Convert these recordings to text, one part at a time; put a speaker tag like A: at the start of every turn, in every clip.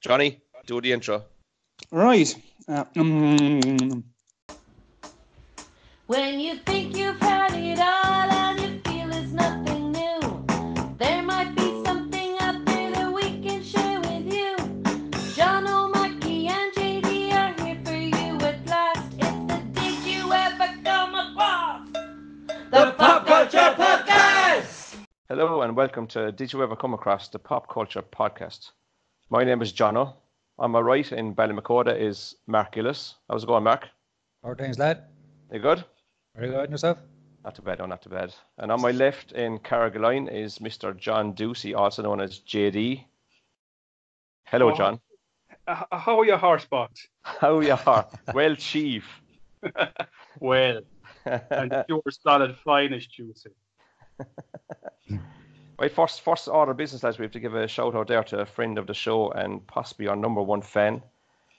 A: Johnny, do the intro.
B: Right. Uh, mm,
C: When you think you've had it all and you feel it's nothing new, there might be something out there that we can share with you. John O'Mackey and JD are here for you at last. It's the Did You Ever Come Across? The Pop Culture Podcast!
A: Hello and welcome to Did You Ever Come Across the Pop Culture Podcast. My name is Jono. On my right in Ballymacorda is Mark Gillis. How's it going, Mark?
D: Our times, lad.
A: You good?
D: Very good, and yourself?
A: Not too bad, no, not too bad. And on my left in Carrigaline is Mr. John Ducey, also known as JD. Hello,
E: Oh.
A: John.
E: Uh, how are your horse box?
A: How you are? well, Chief.
E: Well, and
A: my
E: your solid finest juicy.
A: first first order of business, lads, we have to give a shout out there to a friend of the show and possibly our number one fan,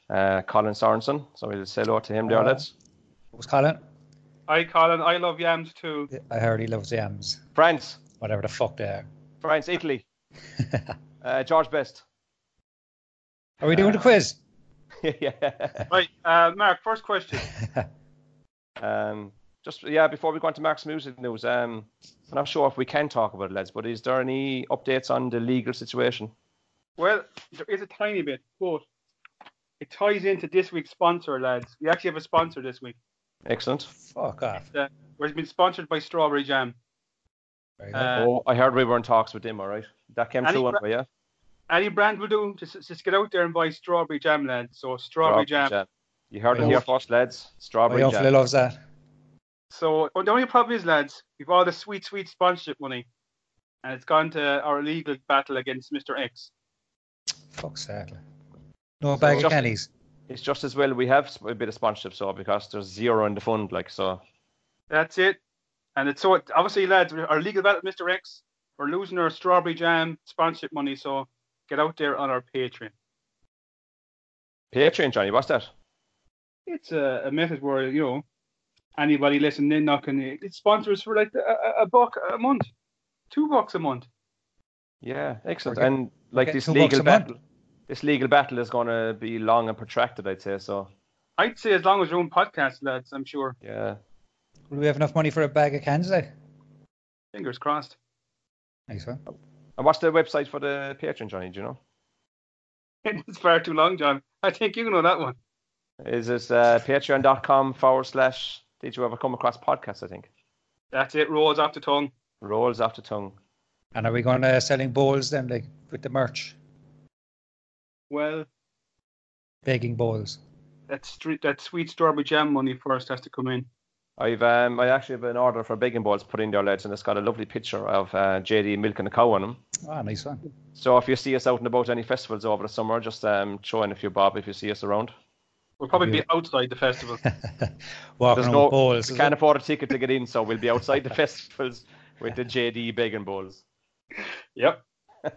A: uh, Colin Sorensen. So we'll say hello to him there,
D: Hello.
A: lads.
D: What was Colin?
E: Hi, Colin. I love yams too.
D: I heard he loves yams.
A: France,
D: Whatever the fuck they are.
A: France, Italy. Uh, George Best.
D: are we doing
A: Uh,
D: the quiz?
A: yeah.
E: Right, uh, Mark. First question.
A: Um, just yeah, before we go on to Mark's music news, um, I'm not sure if we can talk about it, lads, but is there any updates on the legal situation?
E: Well, there is a tiny bit, but it ties into this week's sponsor, lads. We actually have a sponsor this week.
A: Excellent.
D: Fuck off.
E: We've been sponsored by Strawberry Jam.
D: Very good.
E: Uh,
A: oh, I heard we were in talks with them, all right. That came
E: Any
A: through,
E: pra-
A: anyway, yeah.
E: Any brand will do. Just, just get out there and buy Strawberry Jam, lads. So Strawberry, Jam.
A: You heard it
D: Oh.
A: here first, lads.
D: he
A: Strawberry
D: awfully
A: jam.
D: loves that.
E: So well, the only problem is, lads, we've all the sweet, sweet sponsorship money, and it's gone to our legal battle against Mr. X.
D: Fuck sadly. No bag of
A: just-
D: candies.
A: It's just as well we have a bit of sponsorship, so because there's zero in the fund, like so.
E: That's it. And it's so obviously, lads, our legal battle, Mr. X, we're losing our strawberry jam sponsorship money. So get out there on our Patreon.
A: Patreon, Johnny, what's that?
E: It's a, a method where you know anybody listening in, not can it sponsors for like a, a- a buck a month, two bucks a month.
A: Yeah, excellent.
D: We're get-
A: and like
D: getting
A: this
D: two bucks
A: legal
D: a month.
A: battle, this legal battle is going to be long and protracted, I'd say. So
E: I'd say as long as your own podcast, lads, I'm sure.
A: yeah,
D: Will we have enough money for a bag of candies? Like?
E: Fingers crossed.
D: Nice one.
A: and what's the website for the Patreon, Johnny? Do you know?
E: It's far too long, John. I think you know that one.
A: Is it uh, patreon.com forward slash did you ever come across podcast? I think
E: That's it. Rolls off the tongue.
A: rolls off the tongue.
D: And are we going to selling bowls then, like with the merch?
E: Well,
D: Baking bowls.
E: that street, that sweet strawberry jam money first has to come in.
A: I've um, I actually have an order for baking balls put in there, lads, and it's got a lovely picture of uh, JD milking a cow on them.
D: Ah, nice one.
A: So if you see us out and about any festivals over the summer, just um, throw in a few bob if you see us around.
E: We'll probably be outside the festival.
D: Walking
A: There's
D: around
A: no,
D: with bowls.
A: we
D: is
A: can't
D: it?
A: afford a ticket to get in, so we'll be outside the festivals with the JD begging balls.
E: yep. No.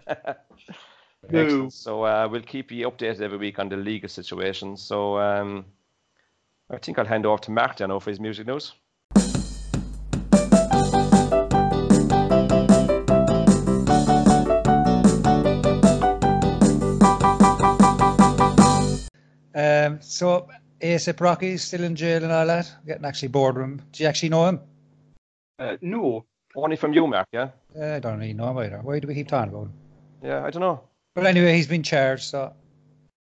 A: Excellent. So uh, we'll keep you updated every week on the legal situation. So um, I think I'll hand over to Mark now for his music news.
D: Um, so, ASAP Rocky's still in jail and all that. Getting actually bored of him. Do you actually know him?
E: Uh, no.
A: Only from you, Mark. Yeah.
D: Uh, I don't really know him either. Why do we keep talking about him?
A: Yeah. I don't know.
D: But anyway, he's been charged, so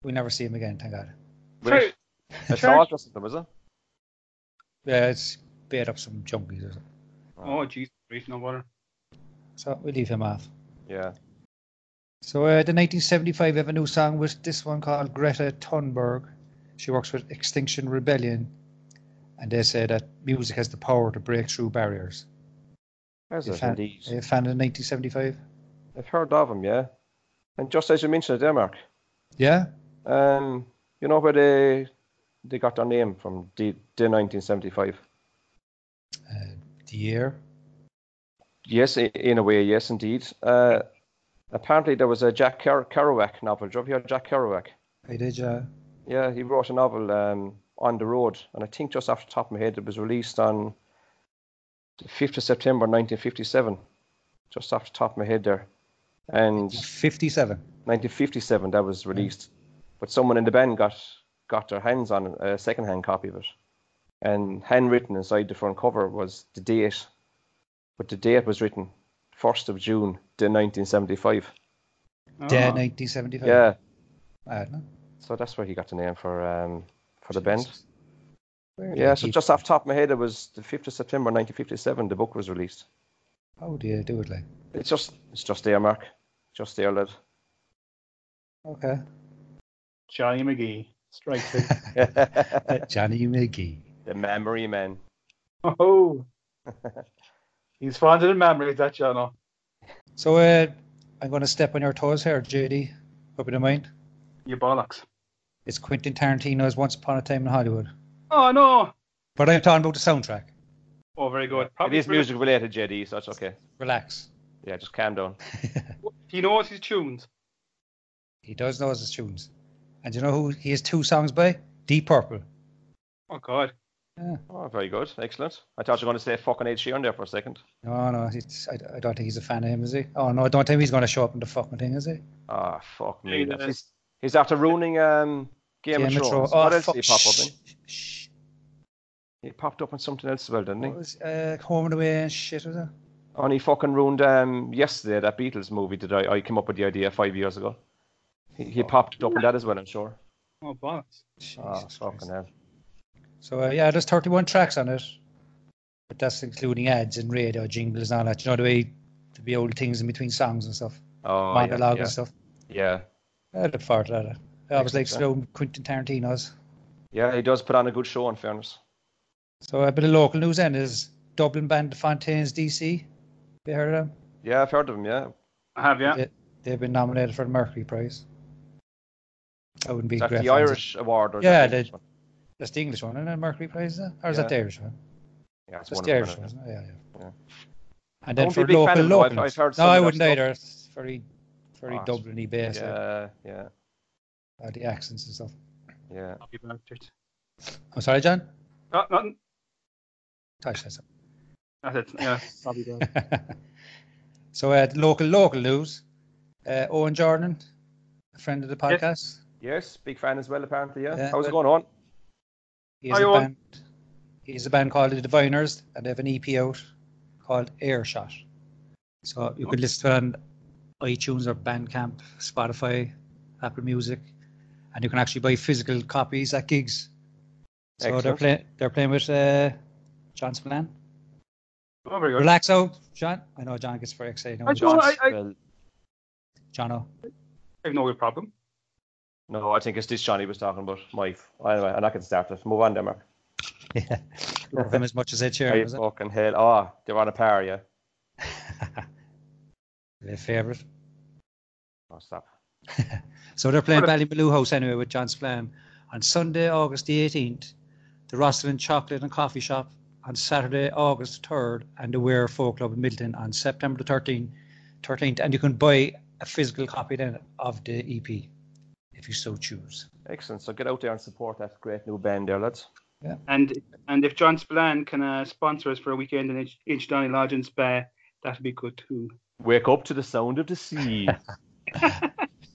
D: we'll never see him again, thank God.
A: Wait, assault or something, was it?
D: Yeah, it's bait up some junkies or something.
E: Oh, jeez, breathing no water.
D: So we leave him off.
A: Yeah.
D: So uh, the 1975 have a new song with this one called Greta Thunberg. She works with Extinction Rebellion, and they say that music has the power to break through barriers.
A: Has
D: You
A: it
D: found-
A: indeed?
D: Are you a fan of 1975?
A: I've heard of him. Yeah. And just as you mentioned it, there, Mark.
D: Yeah,
A: Um, you know where they they got their name from? The the 1975.
D: the year.
A: Yes, i- in a way, yes, indeed. Uh, apparently, there was a Jack Ker- Kerouac novel. Do you ever hear of Jack Kerouac?
D: I did, yeah.
A: Yeah, he wrote a novel um, on the road, and I think just off the top of my head, it was released on the fifth of September, nineteen fifty-seven. Just off the top of my head there, and
D: 57.
A: 1957 that was released. but someone in the band got got their hands on a second-hand copy of it, and handwritten inside the front cover was the date, but the date was written first of June, the 1975.
D: Dead Ah,
E: Oh.
D: 1975.
A: Yeah,
D: I don't know.
A: so that's where he got the name for um for the band.
D: Jesus. Where
A: Yeah,
D: did
A: so
D: he-
A: just off the top of my head, it was the 5th of September 1957. The book was released.
D: How do you do it, like?
A: It's just it's just there, Mark. Just there, lad.
D: Okay.
E: Johnny McGee strikes it.
A: the
D: Johnny McGee.
A: memory man.
E: oh, he's fond of the memories, that Jono.
D: So uh, I'm going to step on your toes here, JD. Hope you don't mind.
E: You bollocks.
D: It's Quentin Tarantino's Once Upon a Time in Hollywood.
E: Oh no.
D: But I'm talking about the soundtrack.
E: Oh, very good.
A: It is music related, JD, so it's okay.
D: Relax.
A: Yeah, just calm down.
E: He knows his tunes.
D: He does know his tunes. And you know who he has two songs by? Deep Purple.
E: Oh God.
A: Oh, very good. Excellent. I thought you were going to say fucking Ed Sheeran there for a second.
D: No, no, it's, I, I don't think he's a fan of him, is he? Oh, no, I don't think he's going to show up in the fucking thing, is he?
A: Ah, fuck me.
E: Yeah,
A: that's-
E: it
A: He's, he's after ruining um, Game, of Thrones.
D: Oh,
A: what else did he pop up in?
D: Shh,
A: He popped up in something else as well, didn't he? Oh,
D: What was, uh, Home and Away and shit, was it?
A: And he fucking ruined um, yesterday that Beatles movie that I, I came up with the idea five years ago. He,
D: Oh.
A: he popped it up in that as well, I'm sure.
E: Oh bollocks.
A: Ah,
D: Jesus Christ.
A: fucking hell.
D: So uh, yeah, there's 31 tracks on it, but that's including ads and radio jingles and all that. You know the way to be old things in between songs and stuff,
A: Oh,
D: monologue
A: yeah,
D: and stuff.
A: yeah,
D: I look forward to that. I always like
A: Excellent.
D: slow Quentin Tarantino's.
A: yeah. Yeah, he does put on a good show, in fairness.
D: So a bit of local news then is Dublin band The Fontaines DC. You heard of them?
A: Yeah, I've heard of him, yeah.
E: I have yeah.
D: Yeah. They've been nominated for the Mercury Prize. That wouldn't be
A: Is that
D: great.
A: the
D: fans.
A: Irish award? Or is
D: Yeah,
A: that the English
D: the-
A: one?
D: That's the English one, isn't it? Mercury Prize, is it? or is
A: Yeah.
D: that the Irish one?
A: yeah, it's
D: That's
A: one
D: the
A: of
D: Irish
A: them.
D: one,
A: isn't
D: isn't it? Yeah, yeah.
A: Yeah.
D: And then
A: Don't
D: for
A: be a big
D: local,
A: fan of them, though. I've-
D: local.
A: I've heard
D: no,
A: some of
D: I
A: their
D: wouldn't
A: stuff.
D: either. It's very, very
A: Ah, it's-
D: Dublin-y
A: it?
D: based. like.
A: Yeah, yeah,
D: uh, the accents and stuff.
A: yeah.
E: Happy bastards.
D: I'm sorry, John.
E: Oh, nothing.
D: Touch that.
E: That's it. Yeah. Happy bastards.
D: so, uh, the local local news. Uh, Owen Jordan, a friend of the
E: Yes.
D: podcast.
A: Yes, big fan as well, apparently, yeah.
D: Yeah,
A: How's it
D: but-
A: going on?
D: He has
E: Hi,
D: a
E: Owen.
D: band. He has a band called The Diviners, and they have an EP out called Airshot. So you could listen to it on iTunes or Bandcamp, Spotify, Apple Music, and you can actually buy physical copies at gigs. So they're
A: Excellent.
D: playing. They're playing with uh, John Spillane.
E: Oh, very good.
D: Relax out, John. I know John gets very excited.
E: I
D: now. oh.
E: don't- I- I-
A: Well,
D: Jono.
E: I have no real problem.
A: no, I think it's this Johnny was talking about. My, anyway, and I can start it. Move on, there, Mark.
D: Yeah. Love him as much as Ed Sheeran,
A: Hey,
D: was it?
A: fucking hell. Ah, they're on a par, yeah.
D: Their favourite.
A: Oh, stop.
D: So they're playing
E: What
D: Ballymaloo House anyway with John Spillane on Sunday, August the 18th, the Rosslyn Chocolate and Coffee Shop on Saturday, August 3rd, and the Weir Folk Club in Milton on September the 13th. 13th. And you can buy a physical copy then of the EP if you so choose.
A: Excellent. So get out there and support that great new band there, lads.
E: And and if John Spillane can uh, sponsor us for a weekend in H, H Donny Lodge and Spa, that'd be good too.
A: Wake up to the sound of the sea.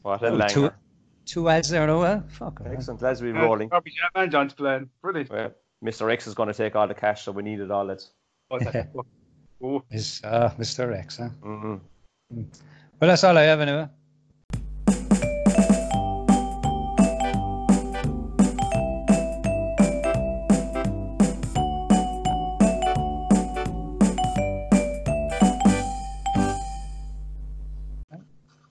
A: what a
D: Oh, two,
A: langer.
D: two ads there, no? Uh, fuck. man.
A: Excellent. Lads, we're
E: Uh,
A: rolling.
E: Robbie Jam and John Spillane. Brilliant.
A: Well, Mr. X is going to take all the cash, so we need it all, lads.
E: Oh, that- oh,
D: Miss, ah, Mr. X, huh?
A: Mm-hmm.
D: Well, that's all I have anyway.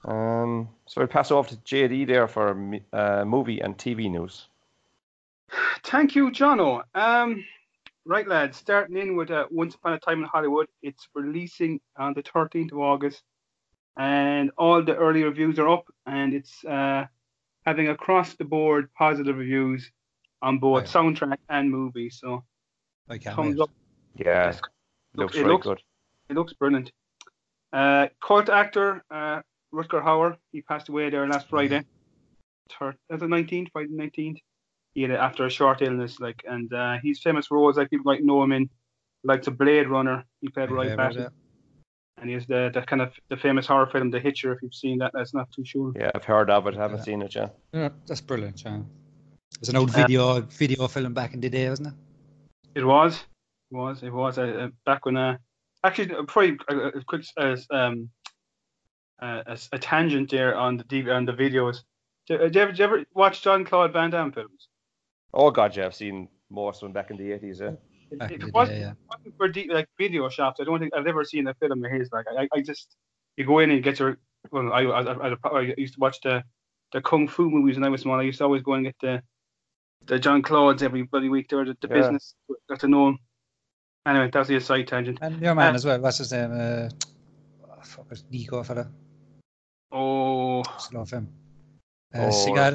A: Um, so we'll pass off to JD there for mi- uh, movie and TV news.
E: Thank you, Jono. Um, right, lads, starting in with uh, Once Upon a Time in Hollywood. It's releasing on the 13th of August, and all the early reviews are up, and it's uh, having across the board positive reviews on both
D: Right.
E: soundtrack and movie. So
D: I can't
E: thumbs
D: wait.
E: up.
A: Yeah,
E: Yes.
A: looks
E: it
A: really
E: looks-
A: good.
E: It looks brilliant. Uh, cult actor uh, Rutger Hauer, he passed away there last Friday, thir- uh, the 19th, Friday the 19th. He had a, after a short illness, like, and uh, he's famous for roles like people might know him in, like the Blade Runner. He played
D: My
E: right
D: favourite,
E: back,
D: yeah.
E: and he has the, the kind of the famous horror film The Hitcher. If you've seen that, that's not too sure.
A: Yeah, I've heard of it. Haven't
D: Yeah.
A: seen it yet.
D: Yeah, that's brilliant, John. It was an old
E: Uh,
D: video video film back in the day, wasn't it?
E: It was, it was, it was. Uh, uh, back when, uh, actually, uh, probably a, a quick uh, um, uh, a, a tangent there on the DV, on the videos. Do, uh, do, you ever, do you ever watch John Claude Van Damme films?
A: Oh god, yeah, I've seen most of them back in the eighties. Yeah.
E: It,
D: Back
E: it
D: in the
E: wasn't,
D: day, yeah.
E: wasn't for deep, like video shops. I don't think I've ever seen a film of his. Like I, I just you go in and get your. Well, I I, I, I- I used to watch the the kung fu movies when I was small. I used to always go and get the the John Claude's every bloody week. There, the, the
A: Yeah.
E: business got to know him. Anyway, that's the side tangent.
D: And your man
E: Uh,
D: as well. What's his name? Uh, oh, fuck, it's Nico fella.
E: Oh,
D: Just love him.
A: Oh,
D: Uh, Cigar.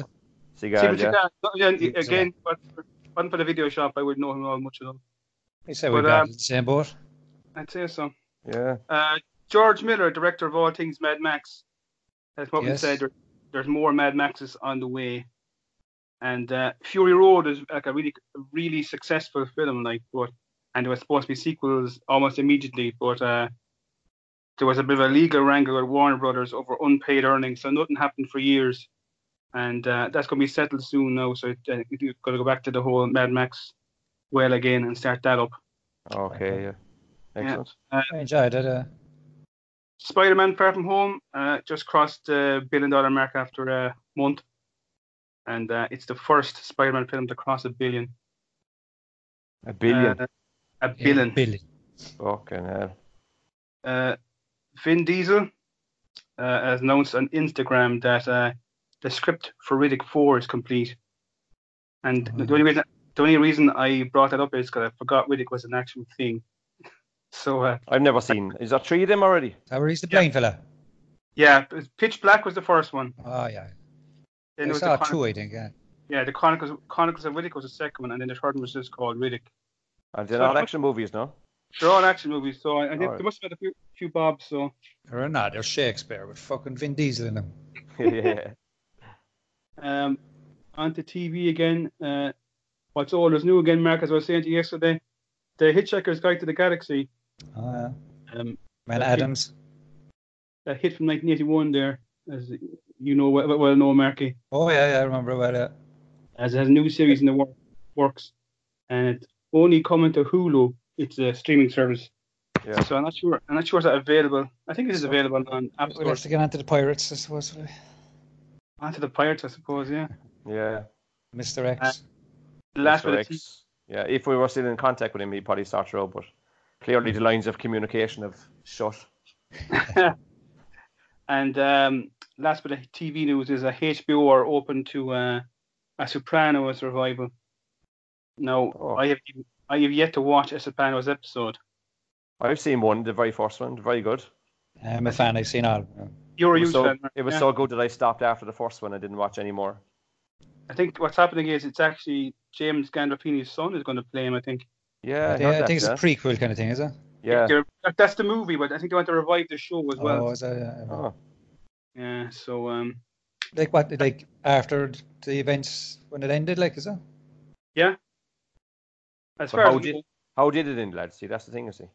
E: see,
A: Cigar,
E: but
A: yeah.
E: yeah, not- yeah,
D: Yeah,
E: again, but for, wasn't for the video shop, I wouldn't know him all much at all.
D: He said
E: but,
D: we'd be out
E: um,
D: in the same boat.
E: I'd say so.
A: Yeah.
E: Uh, George Miller, director of all things Mad Max, has what
D: Yes.
E: said. There, there's more Mad Maxes on the way, and uh, Fury Road is like a really, really successful film. Like, but and there was supposed to be sequels almost immediately, but uh, there was a bit of a legal wrangle with Warner Brothers over unpaid earnings, so nothing happened for years, and uh, that's going to be settled soon now. So it, uh, you've got to go back to the whole Mad Max well again and start that up.
A: Okay, yeah. Excellent.
D: I enjoyed it. Uh,
E: Spider-Man: Far From Home uh, just crossed the billion-dollar mark after a month, and uh, it's the first Spider-Man film to cross a billion.
A: A billion.
E: Uh, a
D: yeah,
E: billion.
D: Billion.
A: Fucking hell.
E: Uh, Vin Diesel uh, has announced on Instagram that uh, the script for Riddick Four is complete, and the
D: Ah.
E: only reason the only reason I brought that up is because I forgot Riddick was an actual thing. So uh,
A: I've never seen. Is there three of them already?
D: Is that where he's the
E: Yeah.
D: plane fella?
E: yeah, Pitch Black was the first one.
D: Oh, yeah.
E: Then
D: I
E: there was
D: saw
E: the Chron-
D: two, I think. Yeah.
E: yeah, the Chronicles Chronicles of Riddick was the second one, and then the third one was just called Riddick.
A: And they're
E: So-
A: not action movies, no?
E: They're all action movies, so I, I think
A: Alright.
E: there must have been a few, few bobs. So
D: Or not. Or Shakespeare with fucking Vin Diesel in him.
A: yeah.
E: um, onto TV again. Uh, what's all is new again, Mark? As I was saying to you yesterday, the Hitchhiker's Guide to the Galaxy,
D: Oh, yeah.
E: um,
D: Man
E: Yeah.
D: Adams.
E: that hit from 1981. There, as you know well, well know, Marky,
D: Oh, yeah, yeah. I remember about it.
E: as it has a new series in the wor- works, and it's only coming to Hulu. It's a streaming service,
A: Yeah.
E: so I'm not sure. I'm not sure is that available. I think it is available on App
D: We'll
E: Store.
D: have to get onto the Pirates, I suppose. will we?
E: Onto the Pirates, I suppose. Yeah.
A: Yeah.
D: Mr. X.
E: Uh, The last
A: Mr.
E: bit of TV
A: X. Yeah. If we were still in contact with him, he'd probably start trouble. But clearly, the lines of communication have shut.
E: And um, last bit of TV news is a HBO are open to uh, a Sopranos revival. Now,
A: Oh.
E: I have I have yet to watch a Sopranos episode.
A: I've seen one, the very first one, very good.
D: I'm a Eh, fan. I've seen all. of them.
E: You're a
A: it was,
E: huge
A: so,
E: fan. right?
A: it was
E: Yeah.
A: so good that I stopped after the first one. I didn't watch any more.
E: I think what's happening is it's actually James Gandolfini's son is going to play him. I think.
A: Yeah, I,
D: Yeah,
A: heard
D: I
A: that,
D: think it's
A: yeah.
D: a er prequel kind of thing, is it?
A: yeah.
E: They're- that- that's the movie, but I think they want to revive the show as well.
D: Oh, is that, yeah.
A: Oh,
E: Yeah. So um,
D: Like what? Like after the events when it ended, like is it?
E: as
A: But
E: far
A: how
E: as
A: did- how did it end, lads? See, that's the thing, you see.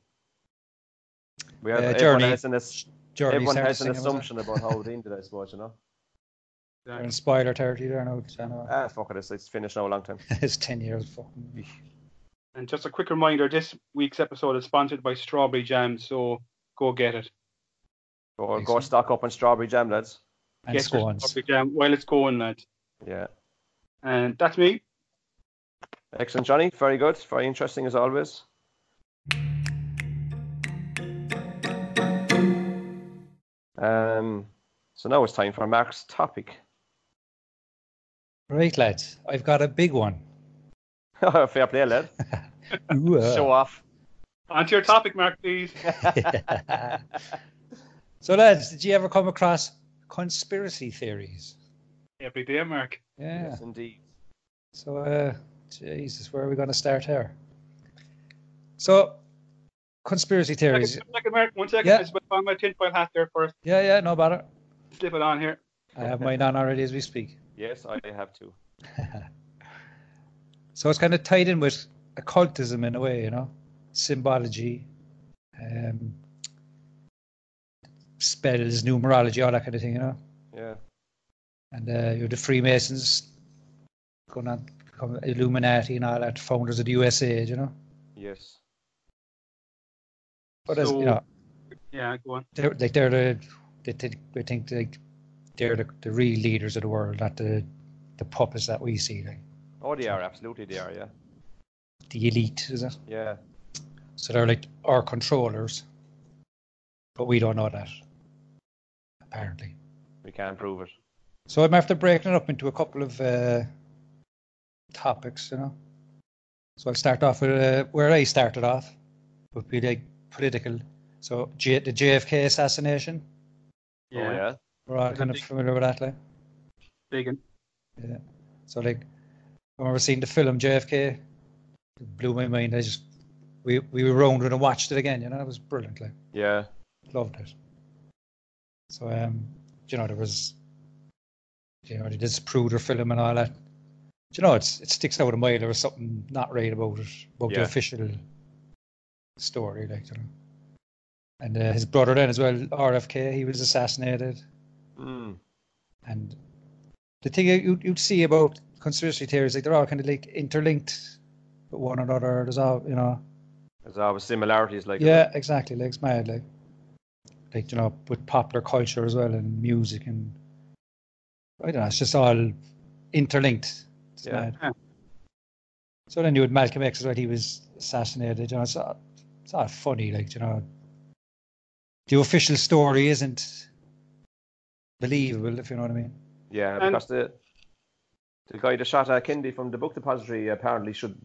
A: We have,
D: Uh,
A: everyone
D: Journey-
A: has an, ass-
D: Jordy
A: everyone
D: started
A: has an
D: singing, was it?
A: assumption about how it ended, I suppose, you know?
D: We're in spoiler territory there now. 'cause I know
A: Ah, fuck it, it's, it's finished now a long time.
D: it's ten years. Fucking.
E: and just a quick reminder: this week's episode is sponsored by Strawberry Jam, so go get it.
A: Go,
D: Makes
A: go
D: sense.
A: stock up on strawberry jam, lads.
D: And
E: Get your
D: scones.
E: Strawberry Jam while it's going, lads.
A: Yeah.
E: And that's me.
A: Excellent, Johnny. Very good. Very interesting as always. Um, so now it's time for Mark's topic.
D: Right, lads. I've got a big one.
A: Fair play, lad.
D: Ooh, uh.
A: Show off.
E: On to your topic, Mark, please.
D: so, lads, did you ever come across conspiracy theories?
E: Every day, Mark.
D: Yeah.
A: Yes, indeed.
D: So, uh, Jesus, where are we going to start here? So, conspiracy
E: Second,
D: theories.
E: second, Mark. One second.
D: Yeah.
E: I just put on my tinfoil hat there first.
D: Yeah, yeah, no bother.
E: Slip it on here.
D: I have mine on already as we speak.
A: Yes, I have to.
D: So it's kind of tied in with occultism in a way, you know, symbology, um, spells, numerology, all that kind of thing, you know.
A: Yeah.
D: And uh, you know, the Freemasons going on to become Illuminati and all that, founders of the USA, you know.
A: Yes.
D: But as,
E: So-
D: you know,
E: Yeah, go on.
D: they're like they're the they think they think like they're the, the real leaders of the world, not the the puppets that we see, like
A: Oh, they are absolutely. They are. Yeah.
D: the elite, is it?
A: Yeah.
D: So they're like our controllers, but we don't know that apparently.
A: We can't prove it.
D: So I'm after breaking it up into a couple of uh, topics, you know. So I'll start off with uh, where I started off, would be like political. So J- the JFK assassination,
A: Oh,
E: Yeah,
A: yeah.
D: we're all
E: Is it
D: kind of
E: big?
D: familiar with that, like.
E: big one.
D: So like, I remember seeing the film JFK, it blew my mind. I just we we were round and watched it again. You know, it was brilliant. Like
A: Yeah.
D: loved it. So um, you know there was, you know, this Pruder film and all that. Do you know it's it sticks out a mile. There was something not right about it about
A: Yeah.
D: the official story, like you know. And uh, his brother then as well, RFK, he was assassinated.
A: Mm.
D: And the thing you- you'd, you'd see about conspiracy theories, like they're all kind of like interlinked with one another. There's all, you know,
A: There's always similarities like
D: yeah, exactly. Like it's mad, like, like you know, with popular culture as well and music and I don't know, it's just all interlinked. It's
A: Yeah.
D: mad. So then you had Malcolm X as well. He was assassinated. You know, it's all, it's all funny, like you know, the official story isn't believable, if you know what I mean.
A: Yeah,
E: And-
A: because the the guy that shot uh, Kennedy from the book depository apparently should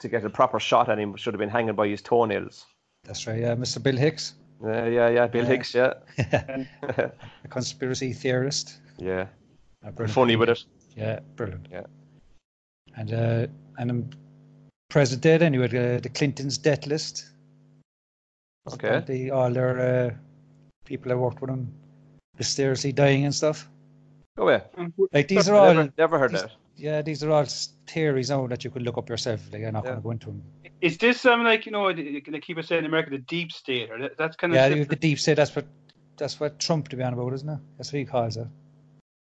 A: to get a proper shot at him should have been hanging by his toenails.
D: That's right, yeah, Mr. Bill Hicks,
A: Yeah, yeah, yeah. Bill
D: Yeah.
A: Hicks, yeah,
D: a conspiracy theorist.
A: yeah.
D: Uh, brilliant.
A: Funny with it.
D: Yeah, brilliant.
A: Yeah.
D: And uh, and um, present day then you had uh, the Clintons' death list.
A: Okay.
D: The, all their uh, people that worked with them mysteriously dying and stuff.
A: Go away.
E: And w-
D: Like these are all,
A: Never, never heard
D: these-
A: that.
D: yeah, these are all s- theories now that you can look up yourself. Like I'm not
A: Yeah.
D: going to go into them.
E: Is this um like you know they they keep us saying in America the deep state or that, that's kind of
D: Yeah,
E: similar-
D: the deep state. That's what that's what Trump to be on about, isn't it? That's what he calls it.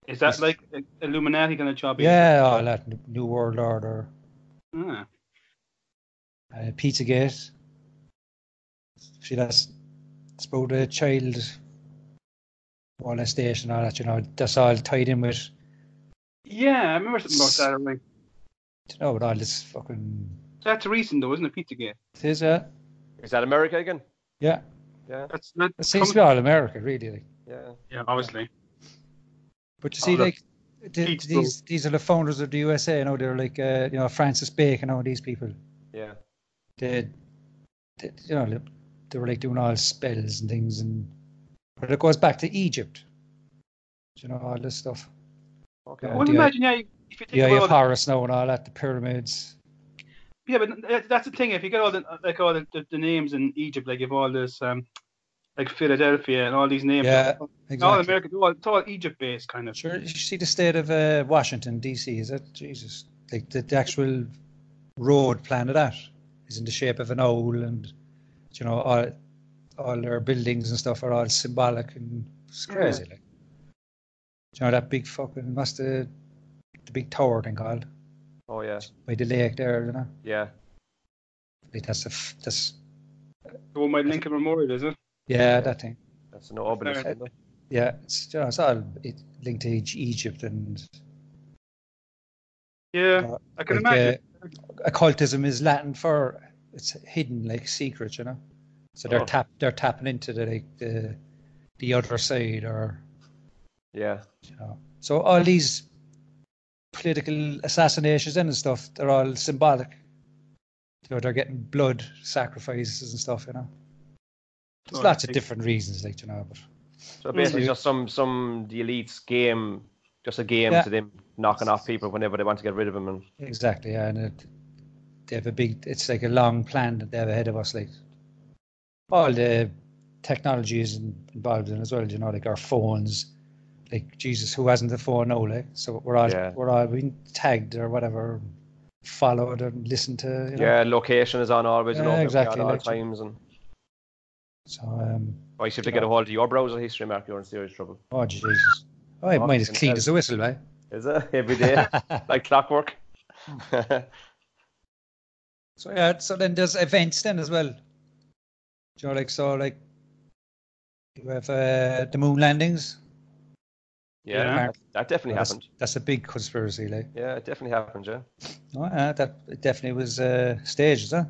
E: is that like uh, Illuminati kind of job?
D: Yeah, all that n- New World Order,
E: Ah,
D: uh, Pizzagate. See, that's it's about the child molestation, all that, you know, that's all tied in with,
E: yeah, I remember something about that. I'm like,
D: you know, with all this fucking.
E: that's recent though, isn't it? Pizzagate.
D: Is uh,
A: Is that America again?
D: Yeah,
A: Yeah,
E: That's not.
D: it seems to be all America, really. Like.
A: yeah.
E: yeah, obviously.
D: But you see,
E: Oh,
D: like, th-
E: Pete's
D: these these are the founders of the USA, you know, they're like, uh, you know, Francis Bacon, all these people.
A: Yeah,
D: They, they, you know, they were like doing all spells and things, and but it goes back to Egypt, you know, all this stuff.
A: okay.
D: Yeah,
E: well,
D: the-
E: imagine yeah, if you think
D: Yeah, you
E: about all
D: have
E: the,
D: Horus now and all that, the pyramids.
E: yeah, but that- that's the thing. If you get all the uh, like all the, the, the names in Egypt, like if all this um like Philadelphia and all these names,
D: Yeah,
E: all- all
D: Exactly.
E: American, all, it's all Egypt based kind of.
D: Sure, you see the state of uh, Washington, D.C., is it? Jesus. Like the, the actual road plan of that is in the shape of an owl, and, you know, all, all their buildings and stuff are all symbolic, and it's
E: Yeah.
D: crazy. Like. Do you know that big fucking, what's the, the big tower thing called?
A: Oh yeah,
D: By the lake there, you know?
A: yeah.
D: Like that's a, f- that's,
E: The one by Lincoln Memorial, is it?
D: yeah, that thing.
A: That's an obelisk.
E: Fair.
A: isn't it?
D: Yeah, it's, you know, it's all it, linked to Egy- Egypt and
E: Yeah,
D: Uh,
E: I can
D: like,
E: imagine.
D: uh, occultism is Latin for it's hidden, like secret, you know. So they're
A: Oh.
D: tap they're tapping into the like the the other side, or
A: Yeah,
D: you know. So all these political assassinations and stuff, they're all symbolic. You know, they're getting blood sacrifices and stuff, you know. There's
E: Oh,
D: lots
E: I-
D: of different reasons, like you know, but
A: so basically
D: Mhm.
A: just some some the elites game, just a game
D: Yeah.
A: to them knocking off people whenever they want to get rid of them and
D: exactly, yeah, and it, they have a big. It's like a long plan that they have ahead of us, like all the technology is in- involved in as well. You know, like our phones, like Jesus, who hasn't a phone now? Like, so we're all
A: Yeah.
D: we're all being tagged or whatever, followed and listened to. You know?
A: yeah, location is on always.
D: Yeah,
A: and open at
D: exactly,
A: all
D: like-
A: times and
D: So um,
A: I should have to get a hold of your browser history, Mark. You're in serious trouble.
D: Oh, Jesus. Oh, yeah,
A: Oh,
D: mine is
A: can
D: clean
A: tell.
D: as a whistle, right?
A: Is it every day like clockwork?
D: So yeah, so then there's events then as well. Do you know, like so, like you have uh, the moon landings.
A: Yeah,
E: Yeah.
A: That, that definitely
D: That's,
A: happened.
D: that's a big conspiracy, like.
A: Yeah, it definitely happened. Yeah.
D: Oh, yeah, that it definitely was uh, staged, is that?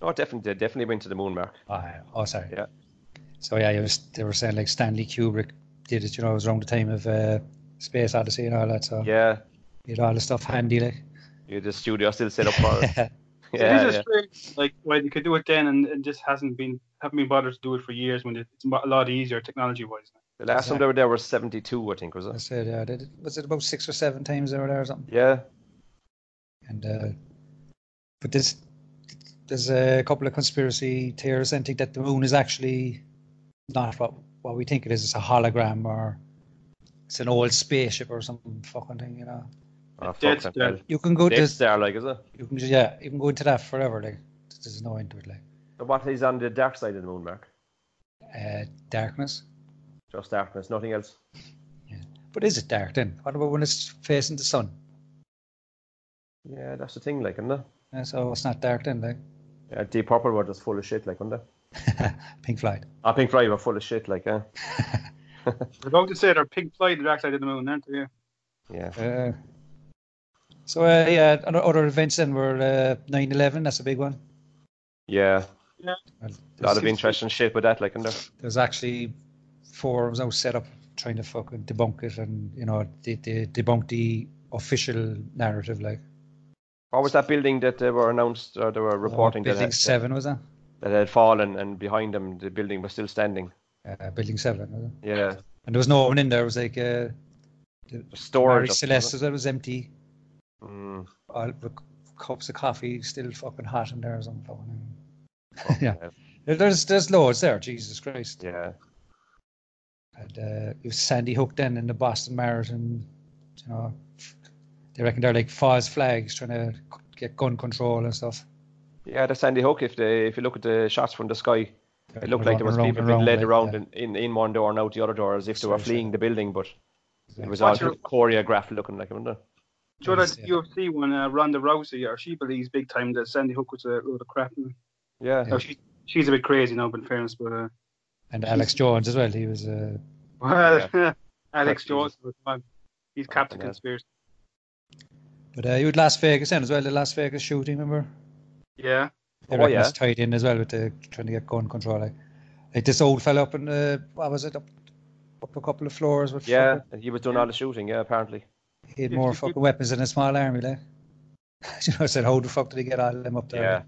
A: No, it definitely did. Definitely went to the moon, Mark.
D: Oh, yeah. oh, sorry.
A: Yeah.
D: So yeah, you was, they were saying like Stanley Kubrick did it. You know, it was around the time of uh, Space Odyssey and all that. So
A: Yeah,
D: you had all the stuff handy, like.
A: yeah the studio still set up for it.
E: it
A: Yeah,
E: is
A: yeah.
E: a strange, like well, you could do it then, and it just hasn't been haven't been bothered to do it for years when it's a lot easier technology wise.
A: The last time they were there was 72, I think, was
D: I
A: it?
D: said, yeah, did it, was it about six or seven times they were there or something?
A: Yeah,
D: And uh, but there's there's a couple of conspiracy theorists and think that the moon is actually not what what we think it is. It's a hologram or it's an old spaceship or some fucking thing. You know,
A: Oh,
E: Dead
A: fuck,
E: Star.
D: you can go to
A: Dead Star, like, is it?
D: you can just, yeah you can go into that forever. Like there's no end to it. Like
A: But What is on the dark side of the moon, Mark?
D: uh, darkness.
A: Just darkness, nothing else.
D: But is it dark then? What about when it's facing the sun?
A: Yeah, that's the thing, like, isn't it?
D: Yeah, so it's not dark then. Like
A: Yeah, Deep Purple were just full of shit, like, weren't they?
D: Pink Floyd.
A: I think Floyd were full of shit, like, eh? yeah.
E: We're about to say they're Pink Floyd, the Dark Side of the Moon, aren't they? Yeah.
A: Yeah.
D: Uh, so uh, yeah, other- other events then were uh, 9/11. That's a big one.
A: Yeah,
D: Well,
A: a lot of interesting shit with that, like, uh, isn't there?
D: there's actually forums now set up trying to fucking debunk it and you know they, they debunk the official narrative like uh,
A: What was that building that they were announced, or they were reporting
D: building
A: that, had,
D: seven was that
A: that had fallen, and behind them the building was still standing?
D: uh, building seven was it?
A: Yeah,
D: and there was no one in there it was like uh, Mary
A: storage. of-
D: Celeste was there, it was empty
A: Mm,
D: all the c- cups of coffee still fucking hot in there or something fucking- yeah
A: hell.
D: There- there's there's loads there Jesus Christ
A: yeah.
D: and uh, it was Sandy Hook then in the Boston Marathon you know they reckon they're like false flags trying to c- get gun control and stuff
A: Yeah, the Sandy Hook. If they, if you look at the shots from the sky, it looked like there was
D: Around-
A: people
D: around,
A: being led
D: like,
A: around
D: yeah.
A: in, in, in one door and out the other door as if they were
D: Sorry, sorry.
A: fleeing the building, but it was all
E: What's your-
A: choreographed looking like, wasn't it?
E: Do you know that
D: Yeah.
E: UFC when uh, Ronda Rousey, or she believes big time that Sandy Hook was a load of crap.
A: Yeah.
E: Now, she, she's a bit crazy now, but in fairness, but uh,
D: and Alex Jones as well. He was uh,
E: well, Alex
A: Jesus.
E: Jones was fun. He's
D: Oh,
E: capped the
A: Fucking hell.
E: conspiracy.
D: but uh, you had Las Vegas then as well. The Las Vegas shooting, remember?
E: Yeah.
D: They
A: Oh,
D: reckon
A: yeah.
D: it's tied in as well with the trying to get gun control. Like, like this old fella up in the what was it up, up a couple of floors with
A: Yeah,
D: fucking-
A: he was doing all the shooting, yeah, apparently.
D: he had more fucking weapons than a small army. Like, you know, I said, how the fuck did he get all of them up there?
A: Yeah.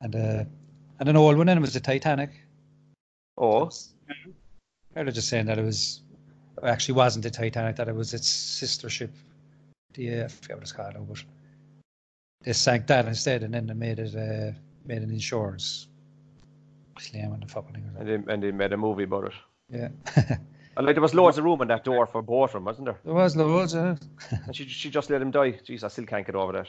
D: and uh, and an old one. Then was the Titanic.
A: Oh,
D: They're just saying that it was it actually wasn't the Titanic, that it was its sister ship. The uh, I forget what it's called now, but they sank that instead, and then they made it uh, made an insurance claim on the fucking thing. or
A: and they, and they made a movie about it.
D: something. Yeah,
A: And like, there was loads of room in that door for both of them, wasn't there?
D: there was loads. Uh,
A: And she, she just let him die. Jeez, I still can't get over that.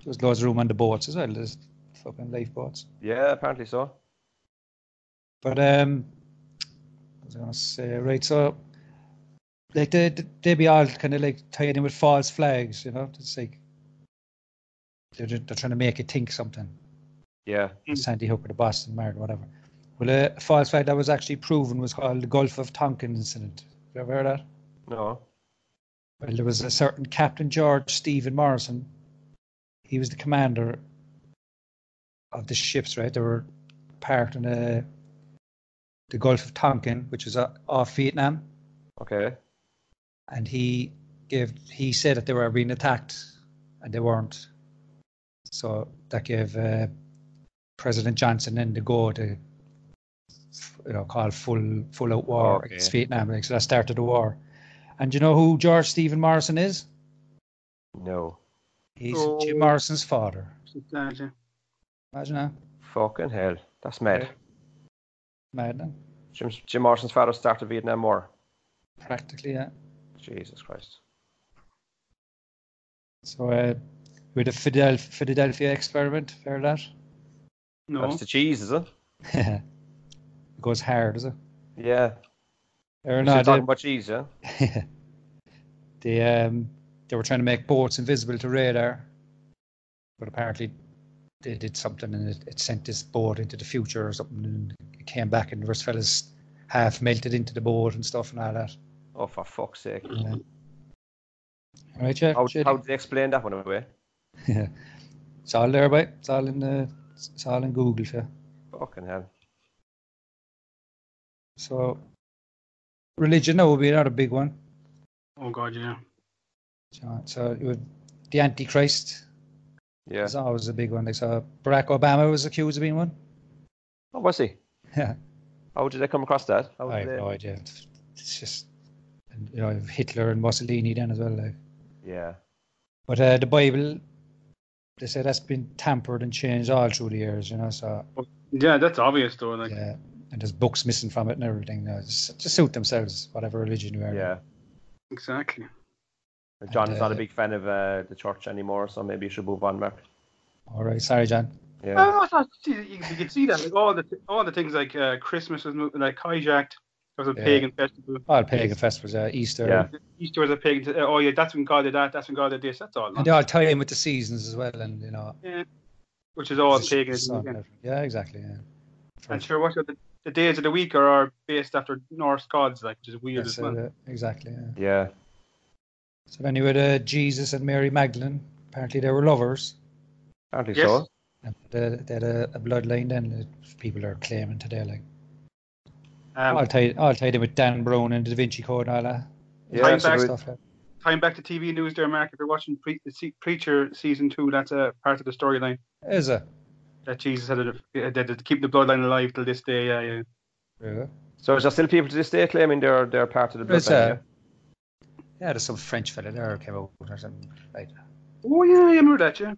D: there was loads of room on the boats as well. There's fucking lifeboats.
A: Yeah, apparently so.
D: But um, what was I gonna say right? So like they they- they be all kind of like tied in with false flags, you know? It's like they're they're trying to make you think something.
A: Yeah.
E: Mm.
D: Sandy Hook or the Boston Marathon, whatever. Well, a false flag that was actually proven was called the Gulf of Tonkin incident. You ever heard of that?
A: No.
D: Well, there was a certain Captain George Stephen Morrison. He was the commander of the ships, right? They were parked in uh the Gulf of Tonkin, which is uh, off Vietnam,
A: Okay.
D: and he gave he said that they were being attacked, and they weren't. So that gave uh, President Johnson then the go to, you know, call full full out war
A: Okay.
D: against Vietnam. Like, so that started the war. And you know who George Stephen Morrison is?
A: No.
D: He's
E: Oh.
D: Jim Morrison's father.
E: Yeah.
D: Imagine that.
A: Fucking hell. That's mad.
D: Mad, no?
A: Jim, Jim Morrison's father started the Vietnam War.
D: practically, yeah.
A: Jesus Christ.
D: So uh, with the Fidel- Philadelphia experiment, fair that.
E: No.
A: That's the cheese, is it?
D: the goes hard, is it? uh,
A: Yeah.
D: Or
A: You're
D: no,
A: talking
D: they,
A: about cheese, yeah?
D: they, um, they were trying to make boats invisible to radar, but apparently they did something and it, it sent this boat into the future or something, and it came back and there was fellas half melted into the boat and stuff and all that.
A: Oh, for fuck's sake.
D: Yeah. All right, yeah.
A: How,
D: Shady.
A: how did they explain that one away?
D: It's all there, boy. It's all in the, it's all in Google, yeah.
A: Fucking hell.
D: So, religion that would be another big one.
E: Oh god, yeah.
D: So, so it would, the Antichrist
A: Yeah.
D: is always a big one. Like, so Barack Obama was accused of being one.
A: Oh, was he?
D: Yeah.
A: How did they come across that? How
D: I
A: did
D: have
A: they...
D: no idea. It's just, and, you know, Hitler and Mussolini then as well. Like.
A: Yeah.
D: But uh, the Bible, they say that's been tampered and changed all through the years, you know. So
E: Yeah, that's obvious though. Like,
D: yeah, and there's books missing from it and everything. You know, just, just suit themselves, whatever religion you are.
A: Yeah.
E: exactly.
A: John is
D: uh,
A: not a big fan of uh, the church anymore, so maybe you should move on, Mark.
D: All right, sorry, John.
A: Yeah.
E: Oh, it's not- you, you can see that like all the all the things like uh, Christmas was mo- like hijacked. There was a
D: Yeah.
E: pagan festival.
D: All pagan festivals, uh, Easter,
A: Yeah.
E: Easter was a pagan. oh yeah, that's when God did that. That's when God did this. That's all.
D: and
E: nonsense.
D: they all tie in with the seasons as well, and you know.
E: Which is all
D: the
E: Oh, pagan.
D: sun and
E: again.
D: everything. Yeah, exactly. Yeah. For-
E: And sure, what the, the days of the week are, are based after Norse gods, like which is weird
D: yes,
E: as well.
D: uh, exactly.
A: Yeah.
D: Yeah. So anyway, uh, Jesus and Mary Magdalene apparently they were lovers.
A: Apparently
E: Yes.
A: so.
D: And They, they had a, a bloodline then. That people are claiming today, like
E: Um,
D: I'll tie I'll tie them with Dan Brown and the Da Vinci Code and all that.
A: Yeah, so
D: Sort
E: Time
D: of
E: back-
A: we-
D: stuff. Like.
E: Time back to TV news there, Mark. If you're watching Pre- the Se- Preacher season two, that's a part of the storyline
D: Is it?
E: that Jesus had to, had to keep the bloodline alive till this day. Yeah, yeah.
D: Yeah.
A: So is there still people to this day claiming they're they're part of the bloodline?
D: There's,
A: yeah?
D: uh, yeah, there's some French fella there who came out or something like that.
E: Oh yeah, I remember that. Yeah.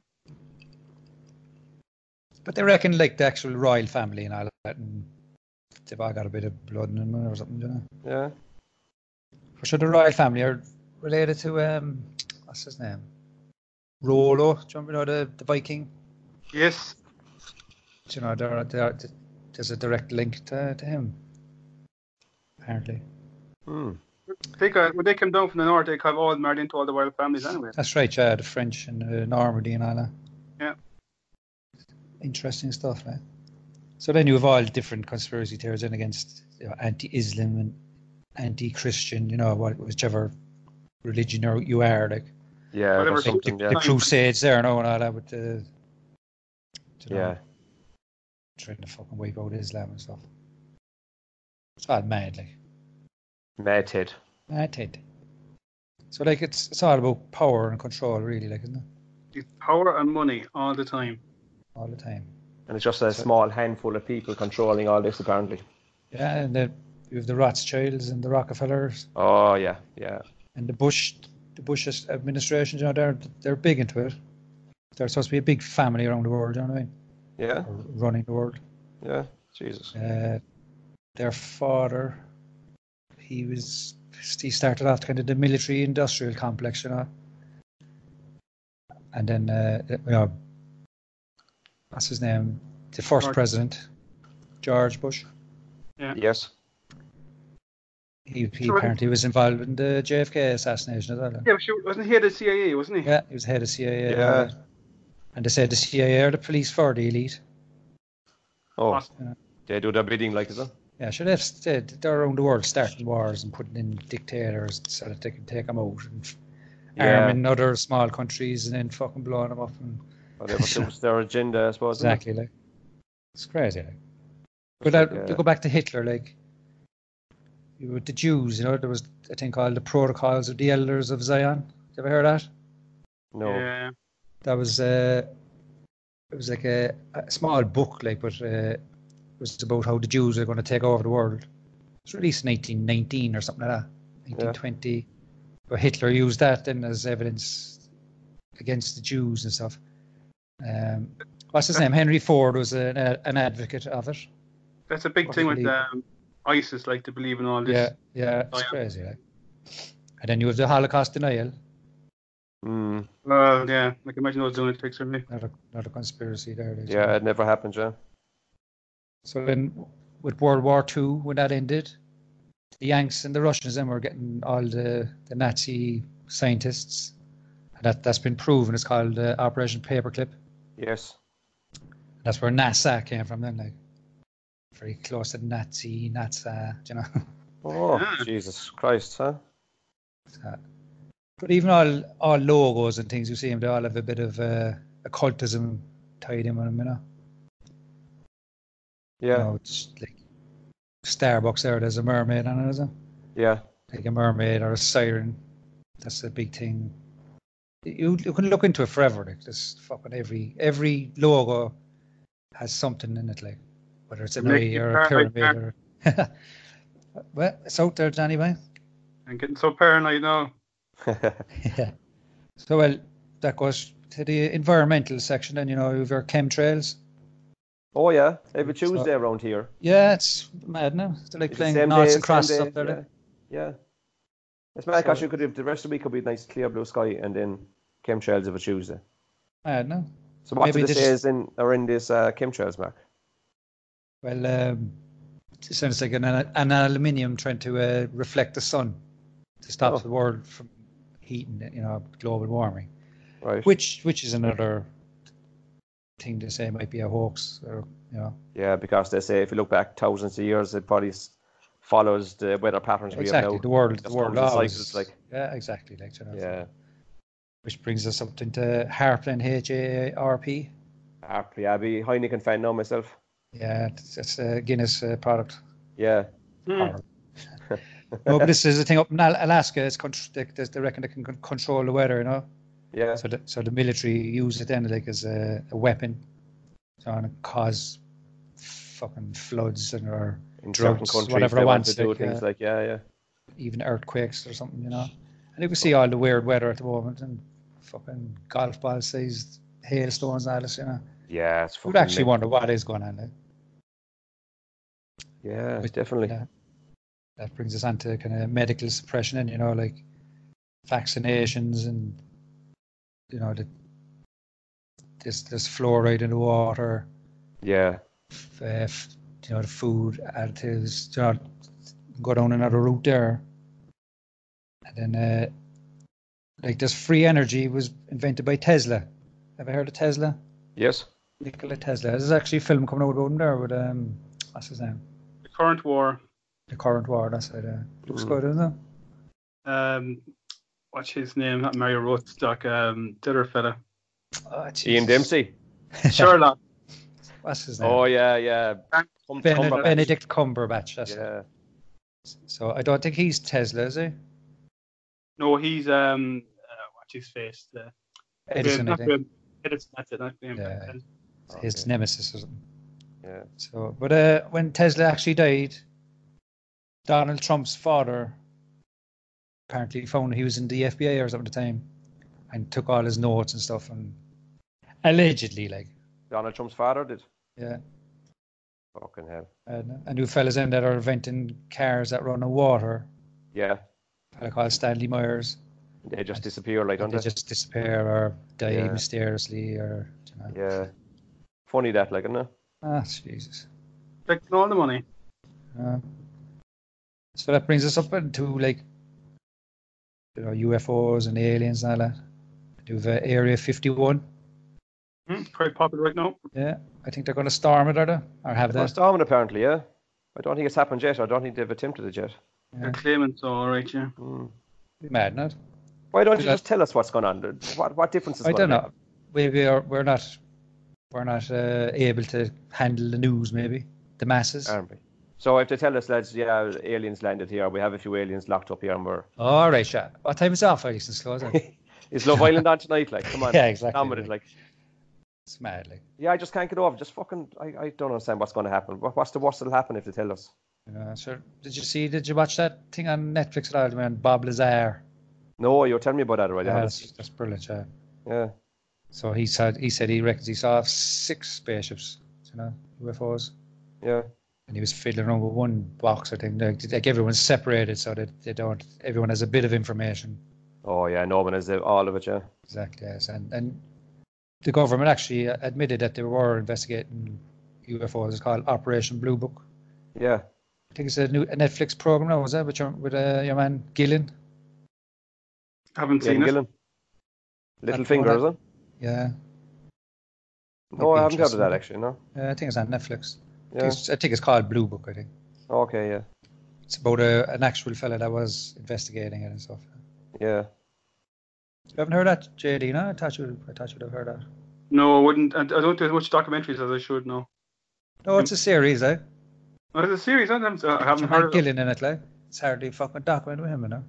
D: But they reckon like the actual royal family and all that, and they've all got a bit of blood in them or something, you know.
A: Yeah.
D: For sure, the royal family are related to um, what's his name? Rollo. Do you remember you know, the, the Viking?
E: Yes.
D: Do you know, there, are- there, are- there's a direct link to, to him. Apparently,
A: Hmm.
E: They got, when they come down from the north, they got all married into all the royal families anyway.
D: that's right. Yeah, the French and uh, Normandy and all that.
E: Yeah.
D: Interesting stuff, man. So then you have all different conspiracy theories in against you know, anti-Islam and anti-Christian. You know, what- whichever religion or you are, like
A: Yeah.
E: Whatever
A: there's
E: suits
A: something,
E: the
A: yeah.
D: the Crusades there and all that with the. you know,
A: yeah.
D: trying to fucking wipe out Islam and stuff. It's all mad, like
A: Mad head.
D: mad head. So like it's it's all about power and control, really, like isn't it?
E: It's power and money all the time.
D: All the time.
A: And it's just a small handful of people controlling all this, apparently.
D: Yeah, and then you have the Rothschilds and the Rockefellers
A: Oh, yeah, yeah.
D: and the Bush, the Bush administrations. You know, they're they're big into it. They're supposed to be a big family around the world. You know what I mean?
A: Yeah,
D: Or running the world.
A: yeah. Jesus.
D: Uh, their father, he was he started off kind of the military industrial complex, you know, and then uh, you know, what's his name, the first
E: George.
D: president, George Bush.
A: Yes.
D: He, he
E: Sure.
D: apparently was involved in the JFK assassination as well.
E: Yeah, but she wasn't he the CIA, wasn't he?
D: Yeah, he was head of CIA.
A: Yeah.
D: And they said the CIA are the police for the elite.
A: Oh,
D: Yeah.
A: they do their bidding like that.
D: Yeah, so they've said they're around the world starting wars and putting in dictators so that they can take them out and f-
A: Yeah.
D: arming other small countries and then fucking blowing them up. And
A: Whatever suits their agenda, I suppose. isn't it?
D: exactly, like it's crazy. Like.
A: It's
D: But uh,
A: like,
D: to
A: uh,
D: go back to Hitler, like you with the Jews, you know, there was a thing called the Protocols of the Elders of Zion. You ever heard of that?
A: no.
E: Yeah.
D: that was uh, it was like a, a small book like but uh, it was about how the Jews are going to take over the world it was released in 1919 or something like that 1920 but Hitler used that then as evidence against the Jews and stuff um, what's his name Henry Ford was an, a, an advocate of it
E: That's a big
D: What
E: thing
D: do
E: with
D: you believe?
E: um, ISIS, like to believe in all this.
D: yeah yeah
E: Oh,
D: it's
E: yeah.
D: crazy like. and then you have the Holocaust denial
A: Mm,
E: Uh, yeah, like imagine those lunatics are me.
D: another, another conspiracy there like.
A: yeah, it never happened, yeah.
D: So then, with World War II when that ended. The Yanks and the Russians then were getting all the, the Nazi scientists. And that, that's been proven. It's called uh, Operation Paperclip.
A: Yes.
D: That's where NASA came from then, like very close to Nazi, NASA, you know.
A: Oh,
E: Yeah.
A: Jesus Christ, huh?
D: So- But even all all logos and things you see them, they all have a bit of uh, occultism tied in with them, you know.
A: Yeah,
D: You know, it's like Starbucks there, there's a mermaid on it, isn't it?
A: yeah,
D: Like a mermaid or a siren. That's a big thing. You you can look into it forever. Like this fucking every every logo has something in it, like whether it's an
E: Make
D: eye
E: you
D: or a
E: paranoid,
D: pyramid or. well, it's out there, Johnny. Anyway.
E: I'm getting so paranoid now.
D: Yeah. So well, that goes to the environmental section, and you know, with your chemtrails.
A: oh, yeah, every
D: It's not-
A: Tuesday around here.
D: Yeah, it's mad now. They're like
A: It's the
D: playing
A: same
D: noughts
A: day,
D: and crosses
A: same day,
D: up there. like.
A: Yeah. yeah. It's mad,
D: So-
A: actually, could have, the rest of the week could be nice clear blue sky and then chemtrails of a Tuesday.
D: Mad now.
A: So what
D: Maybe
A: do they
D: this
A: say
D: is-
A: is in, are in this uh, chemtrails, Mark?
D: Well, um, it sounds like an, an aluminium trying to uh, reflect the sun to stop
A: Oh.
D: the world from heating, it, you know, global warming,
A: Right.
D: which which is another thing to say might be a hoax or you know
A: Yeah, because they say if you look back thousands of years, it probably s- follows the weather patterns we have
D: exactly
A: now.
D: the world the
A: Just
D: world
A: comes in
D: always-
A: cycles, like-
D: yeah exactly like you know,
A: Yeah,
D: which brings us up into Harpland HARP.
A: Hartley Abbey, Heineken fan now myself.
D: Yeah, it's, it's a Guinness uh, product.
A: Yeah,
E: Hmm.
D: No, but this is the thing up in Al- Alaska. It's con- they, they they reckon they can con- control the weather, you know.
A: yeah,
D: So the, so the military use it then like as a, a weapon, trying to cause fucking floods and or
A: in
D: drugs,
A: certain countries,
D: whatever
A: they
D: I
A: want
D: want,
A: to do
D: like,
A: things
D: uh,
A: like yeah, yeah,
D: even earthquakes or something, you know. And you can see all the weird weather at the moment and fucking golf ball sized hailstones and all this, you know.
A: yeah. It's
D: You'd
A: fucking
D: actually
A: mad.
D: wonder what is going on. Like.
A: Yeah,
D: But,
A: definitely.
D: yeah. that brings us on to kind of medical suppression and you know like vaccinations and you know the this this fluoride in the water
A: Yeah,
D: f- uh, f- you know the food additives you know, go down another route there and then uh like this free energy was invented by Tesla have you heard of Tesla
A: yes,
D: Nikola Tesla there's actually a film coming out about him there with um what's his name
E: The current war.
D: the current war that's it uh, looks
A: Mm.
D: good isn't it
E: Um, what's his name? Not Mario Rothstock. Um, the other fella.
D: oh,
A: Ian
D: Jesus.
A: Dempsey.
E: Sherlock.
D: What's his name?
A: Oh yeah, yeah.
E: Benedict-
A: Cum- Cumberbatch.
D: Benedict Cumberbatch. Benedict Cumberbatch. That's it.
A: Yeah,
D: So I don't think he's Tesla, is he?
E: no, he's um, uh, what's his face? The,
D: Edison, I
E: not
D: think.
E: Graham. Edison. That's it. Not Graham.
D: Yeah.
E: Benson.
D: His
A: Okay.
D: nemesis or something.
A: Oh, yeah.
D: So, but uh, when Tesla actually died, Donald Trump's father apparently found he was in the FBI or something at the time, and took all his notes and stuff, and allegedly, like,
A: Donald Trump's father did.
D: yeah.
A: Fucking hell.
D: And, and new fellas in that are inventing cars that run on water.
A: Yeah,
D: I call Stanley Myers.
A: they just disappear like
D: and
A: under.
D: They just disappear or die
A: Yeah.
D: mysteriously, or you know.
A: Yeah, funny that, like, isn't it?
D: Ah, Jesus.
E: Collecting all the money.
D: Uh, so that brings us up into like, you know, UFOs and aliens and all that. Do the Area 51.
E: Hmm, quite popular right now.
D: Yeah, I think they're going to storm it, are they? Or have
A: That's
D: that.
A: Darwin, apparently. Yeah, I don't think it's happened yet. I don't think they've attempted it yet.
E: They're claiming so, all right, yeah.
A: Mm.
D: Mad, not?
A: Why don't you
D: Yeah.
A: just tell us what's going on? What what difference is
D: I
A: gonna
D: don't know. We, we are, we're not, we're not uh, able to handle the news, maybe. The masses.
A: make, aren't we? So if they tell us, lads, yeah, aliens landed here. We have a few aliens locked up here, and we're
D: All right, yeah. What time is it off, I guess, close?
A: is Love Island on tonight? Like, come on,
D: Yeah, exactly,
A: Down with it,
D: like-
A: like,
D: It's mad, like,
A: yeah, I just can't get over. Just fucking, I, I don't understand what's going to happen. What, what's the worst that'll happen if they tell us?
D: you know. So, did you see, did you watch that thing on Netflix at all, man? Bob Lazar.
A: No, you're telling me about that already.
D: Yeah,
A: haven't
D: that's, that's brilliant, yeah.
A: you? yeah.
D: So he said he said he reckons he saw six spaceships, you know, UFOs,
A: yeah.
D: and he was fiddling around with one box. I think like, like everyone's separated, so that they don't. Everyone has a bit of information.
A: Oh yeah, Norman is it, all of it. Yeah.
D: Exactly, yes. and and the uh, government actually admitted that they were investigating UFOs. It's called Operation Blue Book,
A: Yeah.
D: I think it's a new a Netflix program now, is it? With your, with uh, your man Gillen.
E: Haven't
A: Ian
E: seen it.
A: Gillan. Little
D: That's
A: Finger,
D: one
A: is it?
D: Yeah,
A: No, I haven't heard of
D: interesting.
A: that actually, no.
D: uh, I think it's on Netflix. I,
A: Yeah.
D: think it's, I think it's called Blue Book. I think
A: Okay, yeah.
D: it's about a, an actual fella that was investigating it and stuff.
A: Yeah.
D: You haven't heard that, JD? No, I thought you. I thought you'd have heard that.
E: No, I wouldn't. I, I don't do as much documentaries as I should. No,
D: No, it's a series, eh?
E: oh, there's a series. I haven't, I haven't
D: Your
E: heard.
D: man
E: Of it.
D: Gillen in it, like. It's hardly fucking document with him, you know.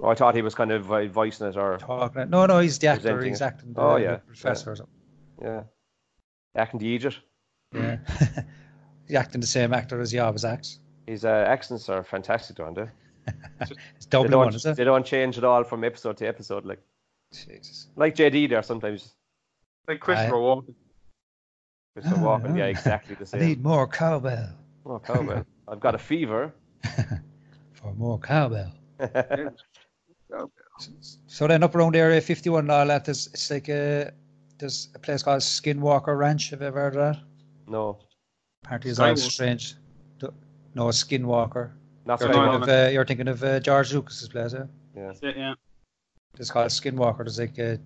A: Oh, I thought he was kind of uh, voicing it or
D: Talking. it- No, no, he's the actor.
A: Presenting
D: He's
A: it.
D: acting. The,
A: Oh, yeah,
D: the professor or something.
A: yeah. Acting to Egypt.
D: Yeah. he's acting the same actor as he always acts.
A: His uh, accents are fantastic, don't they?
D: It's
A: They
D: Dublin
A: don't,
D: one, is it?
A: they don't change at all from episode to episode, like
D: Jesus.
A: like JD there sometimes.
E: Like Christopher
D: I-
E: Walken.
A: Mr.
D: Ah,
A: Walken, yeah,
D: ah.
A: exactly the
D: I
A: same.
D: need more cowbell.
A: Oh, cowbell. I've got a fever.
D: For more cowbell.
A: yeah,
D: So then up around Area 51 and all that, there's, it's like a, there's a place called Skinwalker Ranch. Have you ever heard of that?
A: no,
D: Apparently it's all
E: Skywalker.
D: strange. D- No, Skinwalker.
A: not
D: You're thinking,
E: Sorry, no,
A: Skywalker.
D: of, uh, you're thinking of uh, George Lucas's place, yeah?
A: Yeah.
E: Yeah, yeah.
D: It's called Skinwalker. There's like a,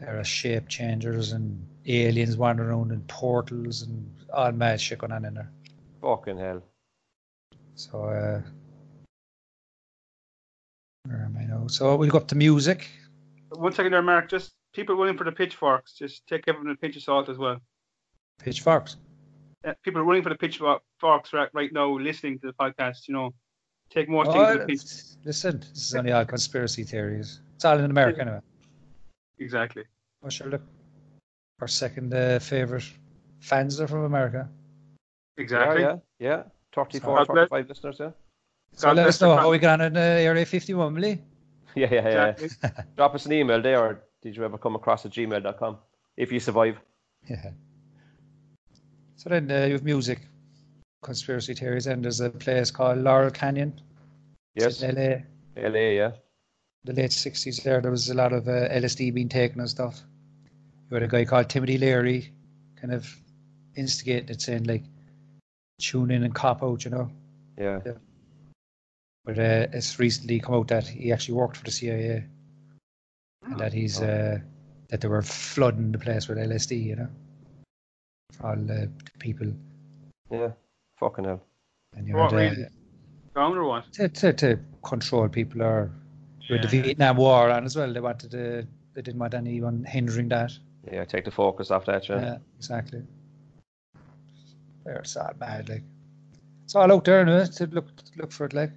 D: there are shape changers and aliens wandering around and portals and all mad shit going on in there.
A: Fucking hell.
D: So, uh, where am I now? So we'll go up to music.
E: One second there, Mark. Just people running for the pitchforks. Just take everyone a pinch of salt as well.
D: Pitchforks.
E: Uh, people running for the pitchforks right, right now, listening to the podcast. You know, take more things.
D: Oh,
E: with a pinch.
D: listen, this is only all conspiracy theories. It's all in America anyway.
E: Exactly.
D: Well, sure, look, our second uh, favorite fans are from America.
E: Exactly.
A: Yeah, yeah, yeah. 34,
E: God bless.
A: 35 listeners, yeah.
D: So
E: God
D: let
E: bless
D: us
E: the
D: know
E: fans.
D: how we got on in uh, Area 51, will you?
A: Yeah, yeah, yeah.
E: Exactly.
A: Drop us an email there, or did you ever come across at gmail.com if you survive?
D: Yeah. So then uh, you have music, conspiracy theories, and there's a place called Laurel Canyon. It's
A: Yes,
D: in LA.
A: LA, yeah.
D: the late 60s there, there was a lot of uh, LSD being taken and stuff. You had a guy called Timothy Leary kind of instigating it, saying, like, tune in and cop out, you know.
A: Yeah.
D: But uh, it's recently come out that he actually worked for the CIA and that he's,
E: Oh.
D: uh, that they were flooding the place with LSD, you know, for all the people.
A: Yeah. Fucking hell.
D: And you
E: For what
D: had, uh,
E: reason? Down or what?
D: to, to, to control people or with the Vietnam War on as well. They wanted to, they didn't want anyone hindering that.
A: Yeah, take the focus off that, yeah.
D: Yeah, exactly. They're sad, mad, like. It's all out there, anyway, to look look for it, like.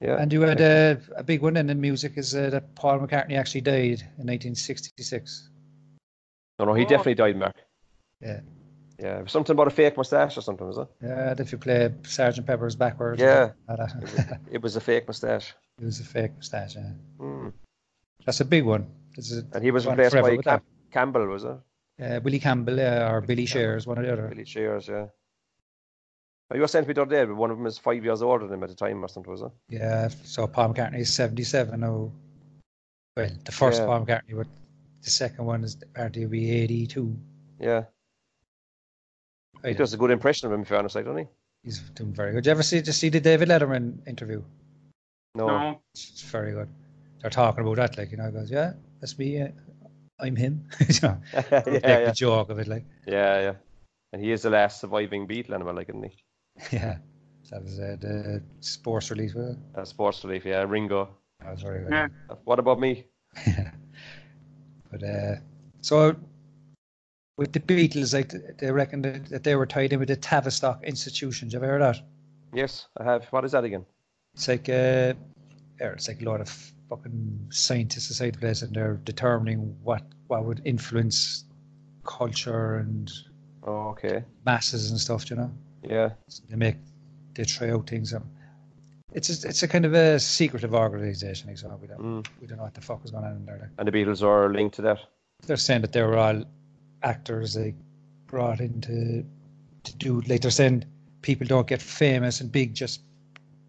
A: Yeah.
D: And you had uh, a big one in the music is uh, that Paul McCartney actually died in 1966.
A: No, no, he
E: Oh.
A: definitely died, Mark.
D: Yeah.
A: Yeah, it was something about a fake mustache or something, was it?
D: Yeah, if you play Sergeant Pepper's backwards.
A: Yeah.
D: all that.
A: It was a fake mustache.
D: it was a fake moustache. Yeah.
A: Mm.
D: That's a big one. This is
A: And he was
D: gone
A: replaced
D: forever
A: by
D: with
A: Cam- Campbell, was it?
D: uh, Willie Campbell yeah, or Billy Shears, one or the other.
A: Billy Shears, yeah. Oh, you were saying to me the other day, but one of them is five years older than him at the time or something, was it?
D: Yeah, so Paul McCartney is 77 now. Well, the first
A: Yeah.
D: Paul McCartney, but the second one is apparently will be 82.
A: Yeah.
D: I
A: He does a good impression of him, in fairness, like, doesn't he?
D: He's doing very good. Did you ever see, just see the David Letterman interview?
A: No.
E: No.
D: It's very good. They're talking about that, like, you know, he goes, yeah, that's me, uh, I'm him. you know,
A: yeah,
D: like
A: yeah.
D: the joke of it, like,
A: yeah, yeah. And he is the last surviving Beatle animal, like, isn't he?
D: yeah. That was uh, the sports release, was it?
A: Uh, sports relief, yeah. Ringo. Uh,
D: That was very good.
E: Yeah.
A: What about me?
D: But uh, so with the Beatles, like th- they reckon that, that they were tied in with the Tavistock institutions. Have you heard of that?
A: Yes, I have. What is that again?
D: It's like uh, er, it's like a lot of fucking scientists inside the place, and they're determining what what would influence culture and
A: Oh, okay.
D: masses and stuff. You know,
A: Yeah.
D: So they make they try out things. Um, it's a, it's a kind of a secretive organization. like, So we don't
A: Mm.
D: we don't know what the fuck is going on in there. like.
A: And the Beatles are linked to that.
D: they're saying that they were all actors they brought in to, to do like they're saying people don't get famous and big just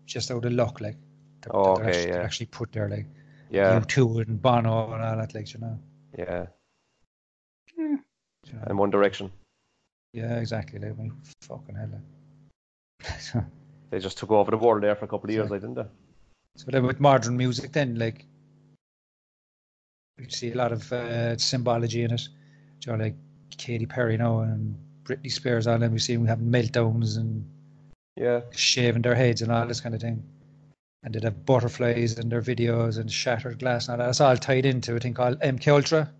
D: just out of luck like they're,
A: Oh,
D: they're
A: okay,
D: actually,
A: yeah.
D: they're actually put there like
A: Yeah.
D: you two and Bono and all that like you know,
A: Yeah.
D: you know?
A: And One Direction.
D: yeah exactly like I mean, fucking hell like. So,
A: They just took over the world there for a couple of years,
D: Sorry.
A: like, didn't they?
D: so then with modern music, then like you see a lot of uh, symbology in it. You know, like Katy Perry now and Britney Spears, all them we see them having meltdowns and
A: Yeah.
D: shaving their heads and all this kind of thing. And they'd have butterflies in their videos and shattered glass and all that. It's all tied into a thing called MK Ultra.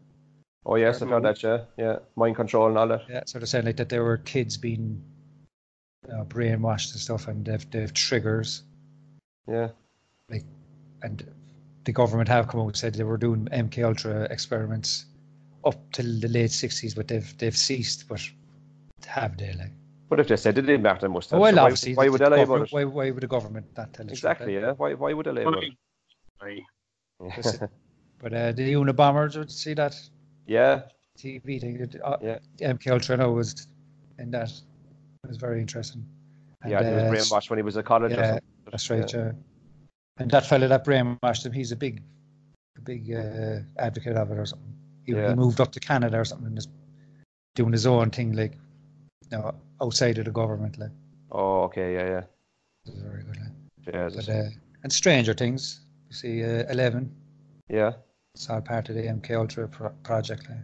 A: Oh yes, I've heard that. Yeah, yeah. Mind control and all that.
D: Yeah, sort of saying like that there were kids being uh, brainwashed and stuff, and they've they've triggers,
A: Yeah.
D: and the government have come out and said they were doing MK Ultra experiments up till the late sixties, but they've they've ceased. But have they? Like,
A: But if they said it didn't matter, they must have.
D: well,
A: So why,
D: obviously,
A: why
D: the-
A: would they
D: the
A: lie about
D: government-
A: it?
D: Why, why would the government not tell us?
A: Exactly. Yeah. Why? Why would they lie about it?
E: Aye.
D: That's it. But uh, the Unabombers would see that
A: yeah.
D: TV thing. it- Uh,
A: Yeah.
D: MK Ultra now was in that. It was very interesting. And,
A: Yeah. and
D: uh,
A: he was brainwashed when he was at college. or
D: yeah,
A: something.
D: That's right. Yeah. uh, And that fellow that brainwashed him, he's a big, a big uh, advocate of it or something. He, he
A: Yeah.
D: moved up to Canada or something and is doing his own thing, like, you know, outside of the government. Like,
A: Oh, okay. Yeah, yeah.
D: It was very good. like.
A: Yeah.
D: But,
A: just-
D: uh, and Stranger Things, you see, uh, 11,
A: yeah.
D: it's all part of the MK Ultra pro- project. Like.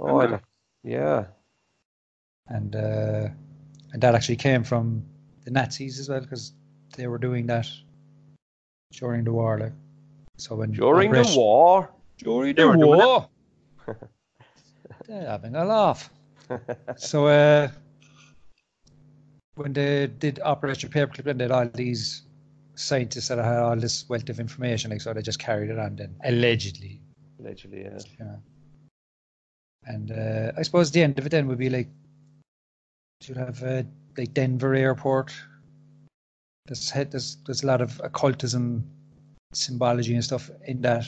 A: Oh, I
E: uh,
A: don't- yeah.
D: And, uh, and that actually came from the Nazis as well, because they were doing that during the war. Like. So when
A: During the
D: Operation-
A: war.
D: During
E: They were doing
D: They're having a laugh. so uh, when they did Operation Paperclip, then they had all these scientists that had all this wealth of information, like so they just carried it on then, allegedly.
A: Literally. Yeah.
D: You know. And uh, I suppose the end of it then would be like you'd have uh, like Denver Airport. There's, he- there's there's a lot of occultism, symbology and stuff in that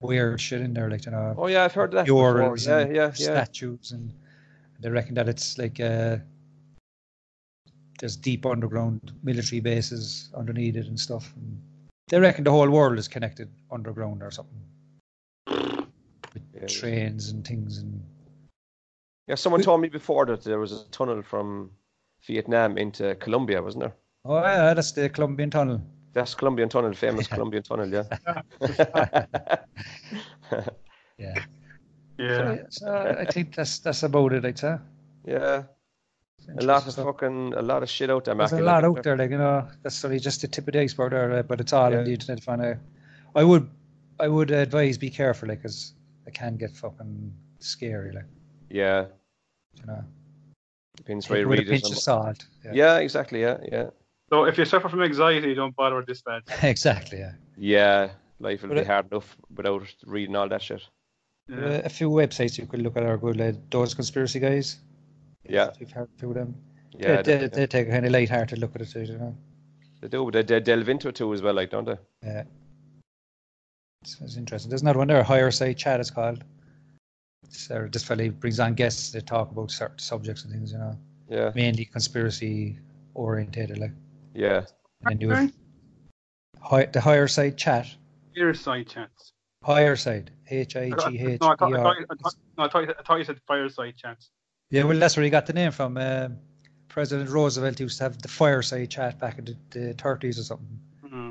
D: weird shit in there, like you know
A: Oh yeah, I've heard that. before.
D: murals
A: Yeah,
D: and
A: yeah, yeah.
D: statues and they reckon that it's like uh, there's deep underground military bases underneath it and stuff and they reckon the whole world is connected underground or something with
A: Yeah.
D: trains and things and
A: Yeah. Someone told me before that there was a tunnel from Vietnam into Colombia, wasn't there?
D: oh yeah that's the Colombian tunnel
A: That's Colombian Tunnel, famous
D: Yeah.
A: Colombian Tunnel, yeah.
D: yeah,
E: Yeah.
D: So, so I think that's that's about it I'd say
A: yeah, a lot of
D: Interesting stuff.
A: fucking, a lot of shit out there,
D: There's a
A: Mackie,
D: lot
A: like,
D: out there, like you know, that's sort of just the tip of the iceberg, there, like, but it's all
A: Yeah.
D: on the internet. Find out. I would, I would advise be careful, like, because it can get fucking scary, like
A: Yeah,
D: you know.
A: depends where
D: Take it
A: you
D: with a
A: read it.
D: pinch of
A: and-
D: salt. Yeah,
A: Yeah, exactly, yeah, yeah.
E: So if you suffer from anxiety, don't bother with this bad.
D: exactly. Yeah.
A: Yeah, life will
D: But
A: be
D: it-
A: hard enough without reading all that shit.
E: Yeah.
D: Uh, a few websites you could look at are good, like those conspiracy guys.
A: Yeah.
D: if you've heard a few of them.
A: Yeah,
D: they, they,
A: definitely.
D: they take a kind of light-hearted look at it, too, you know.
A: They do, but they, they delve into it too as well, like, don't they?
D: Yeah. It's, it's interesting. There's another one there, Higher Side Chat, it's called. It's, uh, this fella he brings on guests to talk about certain subjects and things, you know.
A: Yeah,
D: mainly conspiracy orientated, like
A: yeah,
D: and then you have hi, the higher side chat,
E: Ear side chance.
D: higher side, H I
E: I thought-
D: G H
E: No, I thought
D: E
E: I
D: R.
E: thought you- I thought- no, I thought you- I thought you said fireside chance.
D: Yeah, well, that's where he got the name from. Um President Roosevelt used to have the fireside chat back in the, the 30s or something.
E: Hmm.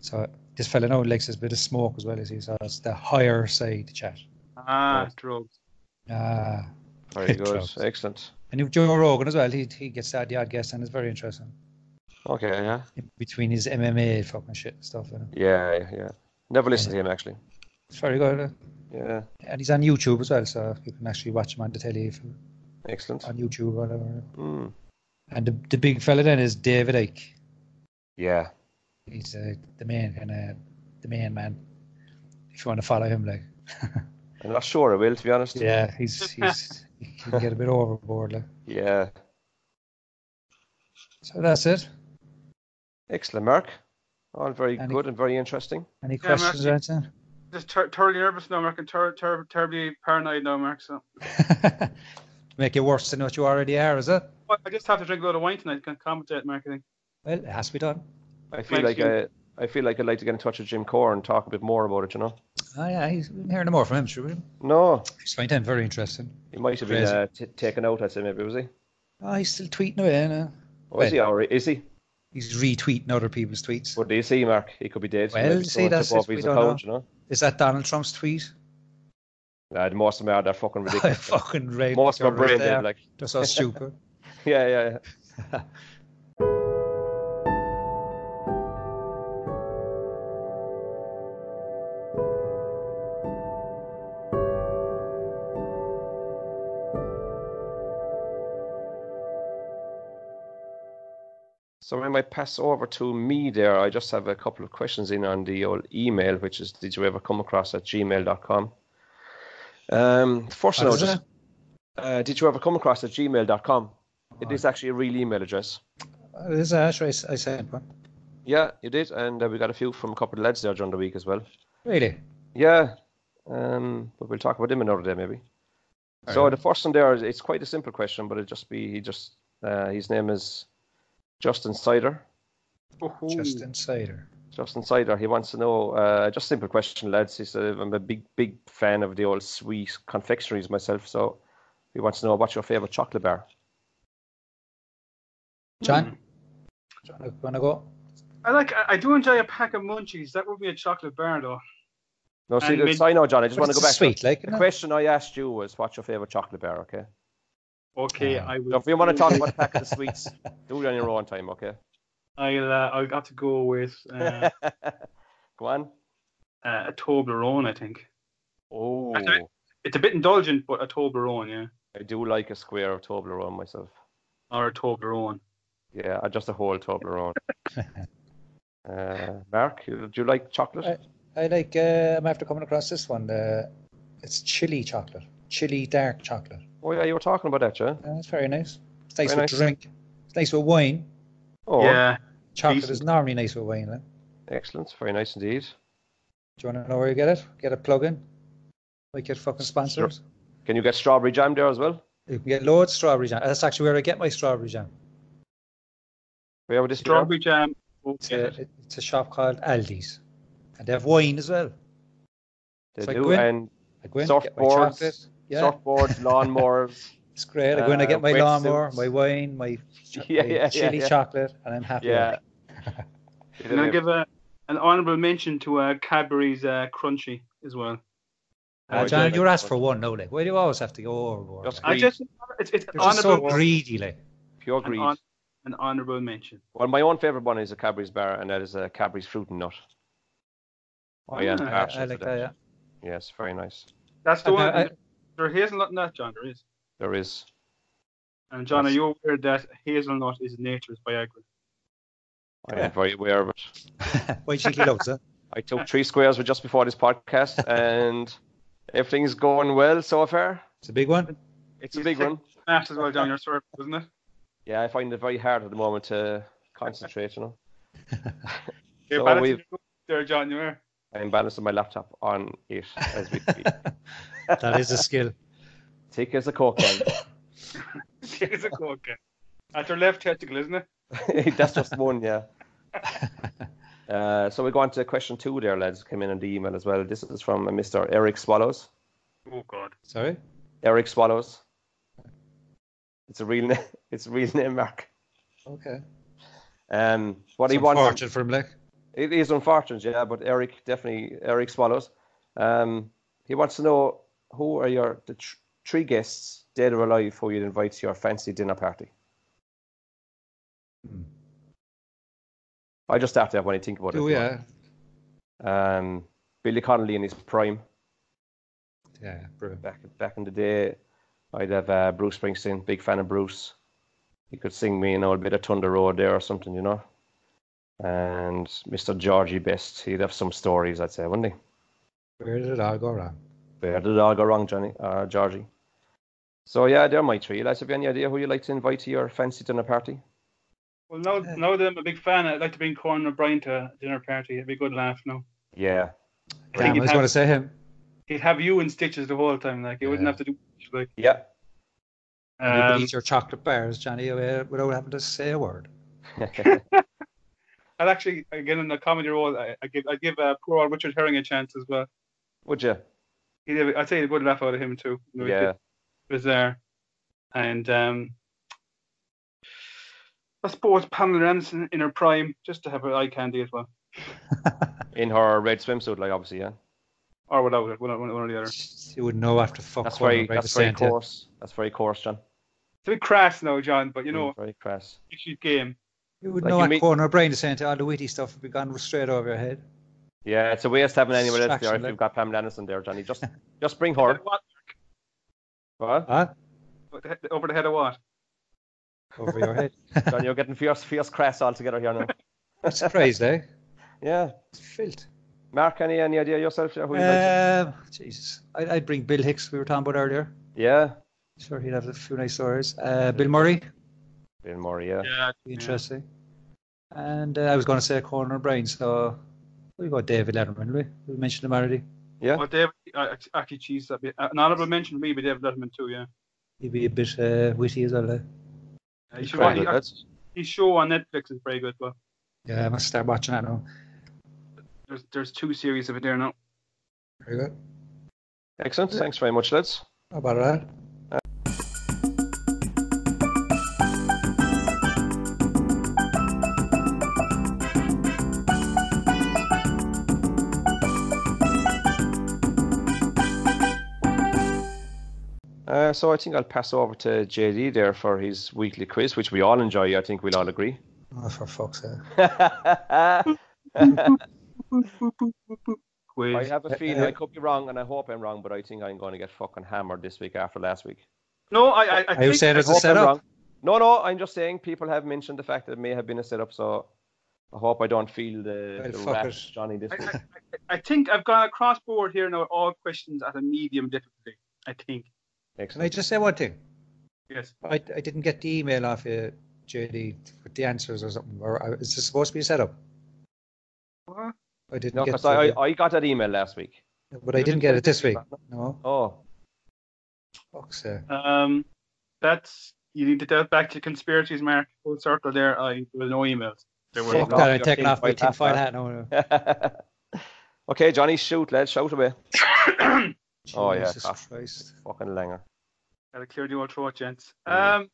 D: So this fella now likes his bit of smoke as well as he so it's the higher side chat.
E: Ah,
A: Yeah.
E: drugs.
D: Ah,
A: very good,
D: Drugs.
A: excellent.
D: and you've Joe Rogan as well. He he gets that the odd guest and it's very interesting
A: Okay, yeah,
D: In between his MMA fucking shit and stuff. You know.
A: yeah, yeah. yeah. Never listened to him actually.
D: It's very good, uh,
A: Yeah,
D: and he's on YouTube as well, so you can actually watch him on the telly if you
A: excellent.
D: on YouTube or whatever.
A: Mm.
D: And the, the big fella then is David Icke.
A: Yeah,
D: He's uh, the main kind of the main man. If you want to follow him, like
A: I'm not sure I will, to be honest.
D: yeah, he's he's he can get a bit overboard. Like.
A: yeah.
D: So that's it.
A: Excellent, Mark. All very
D: Any-
A: good and very interesting.
D: Any
E: Yeah, I'm
D: questions or anything?
E: Just ter- terribly nervous now, Mark, and ter- ter- terribly paranoid now, Mark. So
D: Make it worse than what you already are, is it?
E: Well, I just have to drink a lot of wine tonight. Can commentate, Mark. I think.
D: Well, it has to be done.
A: I feel
E: Thank
A: like
E: you.
A: I, I feel like I'd like to get in touch with Jim Core and talk a bit more about it. You know?
D: Oh yeah, he's we'll hear no more from him, sure. we?
A: No,
D: He's find him very interesting.
A: he might have been
D: Crazy.
A: uh, t- taken out. I'd say maybe was he?
D: Oh, he's still tweeting away. No?
A: Oh, is he all right? Is he?
D: He's retweeting other people's tweets.
A: What do you see, Mark? He could be dead.
D: Well,
A: Maybe
D: see,
A: someone
D: that's
A: took
D: it,
A: over
D: we
A: his
D: don't
A: account, you know.
D: Is that Donald Trump's tweet?
A: Nah, the most of them are, they're fucking
D: I
A: ridiculous.
D: fucking right.
A: most of
D: you're
A: them are brain
D: right
A: dead,
D: there.
A: like.
D: They're so stupid.
A: Yeah, yeah, yeah. So I might pass over to me there. I just have a couple of questions in on the old email, which is did you ever come across at gmail.com? Um, first,
D: What
A: no,
D: is
A: just
D: it?
A: uh, did you ever come across at gmail.com? It is actually a real email address.
D: What Oh, is that? Actually, I s- I said one.
A: Yeah, you did, and uh, we got a few from a couple of lads there during the week as well.
D: Really?
A: Yeah, um, but we'll talk about them another day maybe.
D: All
A: so
D: right.
A: the first one there is it's quite a simple question, but it just be he just uh, his name is Justin Sider.
E: Oh,
D: Just insider.
A: Justin Sider, he wants to know uh, just simple question, lads. He said I'm a big big fan of the old sweet confectionaries myself, so he wants to know what's your favorite chocolate bar. Hmm.
D: John? John, you want to go?
E: I like. I, I do enjoy a pack of munchies. That would be a chocolate bar, though.
A: No, see,
E: And
A: that's-
E: mid-
A: I know, John. I just
D: But
A: want to
D: it's
A: go back.
D: a sweet,
A: to,
D: like,
A: the
D: isn't it?
A: question I asked you was, "What's your favorite chocolate bar?" Okay.
E: Okay,
D: Uh,
E: I will.
A: So if you want to talk about a pack of the sweets, do it on your own time. Okay.
E: I'll. Uh, I'll have to go with uh,
A: Go on.
E: uh, a Toblerone. I think
A: Oh,
E: That's it. it's a bit indulgent, but a Toblerone, yeah,
A: I do like a square of Toblerone myself.
E: or a Toblerone.
A: Yeah, uh, just a whole Toblerone. uh, Mark, you- do you like chocolate?
D: Uh, I like, uh, I'm after coming across this one. Uh, it's chili chocolate. Chili dark chocolate.
A: oh yeah, you were talking about that, yeah.
D: Uh, that's very nice. It's nice
A: Very
D: with
A: nice.
D: drink. It's nice with wine.
A: Oh,
E: Yeah,
D: Chocolate is
E: Decent.
D: normally nice with wine. Like.
A: excellent. Very nice indeed.
D: Do you want to know where you get it? Get a plug in. Like your fucking sponsors.
A: Can you get strawberry jam there as well?
D: You can get loads of strawberry jam. That's actually where I get my strawberry jam.
A: We have this there?
E: strawberry jam. Oh,
D: It's,
E: yeah.
D: a, it- it's a shop called Aldi's. And they have wine as well.
A: They
D: It's like
A: do,
D: Gwyn.
A: and
D: I go in, get my
A: Surfboards.
D: chocolate. Yeah,
A: surfboards, lawnmowers.
D: it's great. I go in, I
A: uh,
D: get my
A: wetsuits.
D: lawnmower, my wine, my, ch-
A: Yeah,
D: my
A: yeah, yeah,
D: chili
A: yeah.
D: chocolate, and I'm happy.
A: yeah.
E: And I'll give a, an honourable mention to uh, Cadbury's uh, Crunchy as well.
D: Uh,
A: Oh,
D: John,
A: yeah.
D: you're asked for one, no, like. Why do you always have to go overboard?
A: Just
D: like?
E: I just it's, it's
D: You're just so
E: honourable
D: greedy, like.
A: Pure
E: an,
A: greed.
E: hon- an honourable mention.
A: Well, my own favourite one is a Cadbury's bar, and that is a Cadbury's fruit and nut. Oh yeah,
E: Ah,
A: I'm
D: Mm, I,
A: absolutely
D: I like that, yeah.
A: Yes, very nice.
E: That's the
D: And,
E: one.
D: uh, I-
E: there hazelnut in that, John. There is.
A: There is.
E: And John, are
A: That's-
E: you aware that hazelnut is nature's Viagra?
A: I am very aware of it.
D: Why cheeky loves it.
A: I took three squares just before this podcast, and everything's going well so far.
D: It's a big one.
A: It's a big one.
E: Maths as well, John. You're sorry, isn't it?
A: Yeah, I find it very hard at the moment to concentrate. You know,
E: Yeah,
A: So
E: balance
A: we've-
E: it there, John. You are.
A: I'm balancing my laptop on it as we speak.
D: That is a skill.
A: Thick as a coke can.
E: It's a coke. At your left testicle, isn't it?
A: That's just one, yeah. Uh, so we go on to question two there, lads. Came in on the email as well. This is from Mr. Eric Swallows.
E: Oh God.
D: Sorry?
A: Eric Swallows. It's a real name. It's a real name, Mark.
D: Okay.
A: Um, what
D: It's
A: he wants.
D: unfortunate for him, like.
A: It is unfortunate, yeah, but Eric definitely Eric swallows. Um, he wants to know who are your the tr- three guests, dead or alive, who you'd invite to your fancy dinner party.
D: Hmm.
A: I just have to have when I think about
D: Oh,
A: it.
D: yeah.
A: Um, Billy Connolly in his prime
D: Yeah, bro.
A: back back in the day. I'd have uh, Bruce Springsteen, big fan of Bruce. He could sing me an old bit of Thunder Road there or something, you know. And Mr. Georgie Best, he'd have some stories, I'd say, wouldn't he?
D: Where did it all go wrong?
A: Where did it all go wrong, Johnny uh, Georgie? So yeah, they're my three. Lads, have you any idea who you'd like to invite to your fancy dinner party?
E: Well, now, now that I'm a big fan, I'd like to bring Conan O'Brien to a dinner party. It'd be a good laugh. No,
A: Yeah.
E: think
D: Damn, I
E: you'd
D: was
E: have-
D: going to say him.
E: he'd have you in stitches the whole time. Like he wouldn't
D: Yeah.
E: have to do much, like.
A: Yeah.
D: You can
E: Um,
D: eat your chocolate bars, Johnny, uh, without having to say a word.
E: I'd actually again in the comedy role. I, I give I give uh, poor old Richard Herring a chance as well.
A: Would you?
E: He'd have, I'd say a good laugh out of him too. You know, he's a
A: Yeah.
E: bit bizarre. And um, I suppose Pamela Anderson in her prime, just to have her eye candy as well,
A: in her red swimsuit, like obviously, yeah.
E: or without it, one or, one or the other. It's
D: You would know after fuck.
A: That's
D: what I'm
A: very,
D: about to
A: that's
D: say
A: very
D: until-
A: coarse. That's very coarse, John.
E: a bit crass now, John, but you know,
D: Hmm.
A: Mm, very crass.
E: it's your game.
D: You would
A: Like
D: know
A: you
D: at
A: mean-
D: corner brain to say until all the witty stuff would be gone straight over your head.
A: Yeah, it's a waste having anyone else there if
D: Distraction, like-
A: you've got Pamela Anderson there, Johnny. Just, just bring her.
E: What?
A: What?
D: Huh?
E: What the he- Over the head of what?
D: Over your head.
A: John, you're getting fierce, fierce crass altogether here now.
D: I'm surprised, eh?
A: Yeah.
D: It's filth.
A: Mark, any any idea yourself? Yeah, who you like?
D: Um, Jesus. I'd, I'd bring Bill Hicks, we were talking about earlier.
A: yeah.
D: Sure, he'd have a few nice stories. Uh, Bill Murray,
A: Bill Murray, yeah.
E: Yeah.
D: be interesting. And uh, I was going to say Corner Brain, so we got David Letterman, we? We mentioned him already.
A: Yeah.
E: Well, David, uh, actually, cheese that bit. uh, An honorable mention, maybe David Letterman too. Yeah.
D: He'd be a bit uh, witty as well. Eh?
E: Uh, you should
A: Very
E: watch,
A: good, that's-
E: his show on Netflix is very good, but
D: Yeah, I must start watching that now.
E: there's there's two series of it there now.
D: Very good.
A: Excellent. Thanks very much, lads.
D: How about that?
A: Uh, so I think I'll pass over to JD there for his weekly quiz, which we all enjoy. I think we'll all agree.
D: Oh, for fuck's sake.
A: I
E: Quiz.
A: have a feeling I could be wrong, and I hope I'm wrong, but I think I'm going to get fucking hammered this week after last week.
E: No, I I, I
D: Are you
E: think
D: saying it's a
A: hope I'm
D: setup?
A: wrong. No, no, I'm just saying people have mentioned the fact that it may have been a setup, so I hope I don't feel the,
D: Well,
A: the
D: fuck
A: rat,
D: it.
A: Johnny, this
E: I,
A: week.
E: I, I think I've gone across board here now. All questions at a medium difficulty. I think.
D: Can I
A: Excellent.
D: just say one thing?
E: Yes.
D: I, I didn't get the email off you, JD, with the answers or something. Or uh, is this supposed to be a setup?
E: What?
D: I didn't
A: No,
D: get
A: 'cause I,
D: the-
A: I, I got that email last week.
D: but I didn't get it this week. No,
A: Oh,
D: fuck's sake.
E: Um, that's you need to delve back to conspiracies, Mark. Full circle there. I there were no emails. There were
D: Fuck
A: off
D: that, I'm
A: your
D: taking
A: tin
D: off my
A: foil
D: tin
A: hat,
D: foil
A: man.
D: hat now.
A: okay, Johnny, shoot, lads, shout away. Oh, yeah,
D: Jesus
A: cough.
D: Christ.
A: Fucking langer.
E: That'll clear the old throat, gents.
A: Mm.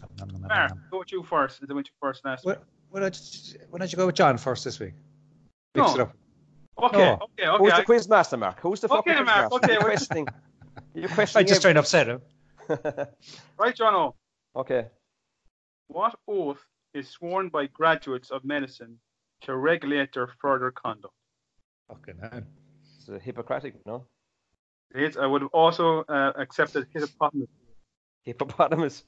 E: Um, Mark, Ah, go with you first. I went you first last.
D: What? Why don't, you, why don't you go with John first this week?
E: No.
D: Mix it up.
E: Okay,
D: No.
E: okay,
A: Who's
E: okay.
A: the quiz master, Mark? Who's the fucking
E: Okay,
A: quiz
E: Mark,
A: master?
E: okay,
A: You're
E: we're-
A: questioning. You're
D: I
A: questioning.
D: just trying to upset him.
A: everything.
E: Right, Jono.
A: okay.
E: What oath is sworn by graduates of medicine to regulate their further conduct?
D: Fucking hell.
A: It's a Hippocratic, no?
E: It's, I would have also uh, accepted hippopotamus.
A: Hippopotamus.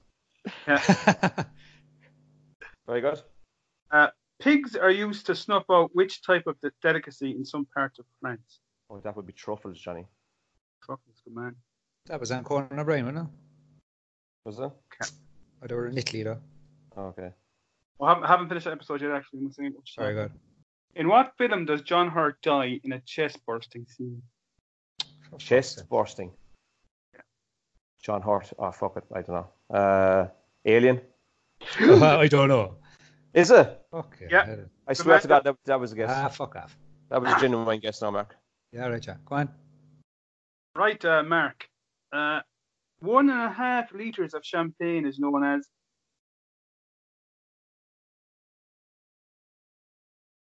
A: Very good.
E: Pigs are used to snuff out which type of de- delicacy in some parts of France?
A: Oh, that would be truffles, Johnny.
E: Truffles, good man.
D: that was on corner brain, wasn't it?
A: Was it?
D: Oh, they were in Italy, though.
A: Okay.
E: Well, I haven't, haven't finished that episode yet, actually. I'm saying-
D: Very good.
E: In what film does John Hurt die in a chest bursting scene?
D: For fuck's
A: Chest
D: sake.
A: bursting. John Hart. Oh, fuck it. I don't know. Uh, alien.
D: I don't know.
A: Is it?
D: Okay.
E: Yeah.
A: I swear to
E: man-
A: God, that, that was a guess.
D: Ah, fuck off.
A: that was a genuine guess, no, Mark.
D: Yeah, right, John. Go on.
E: Right, uh, Mark. Uh, one and a half litres of champagne is known as.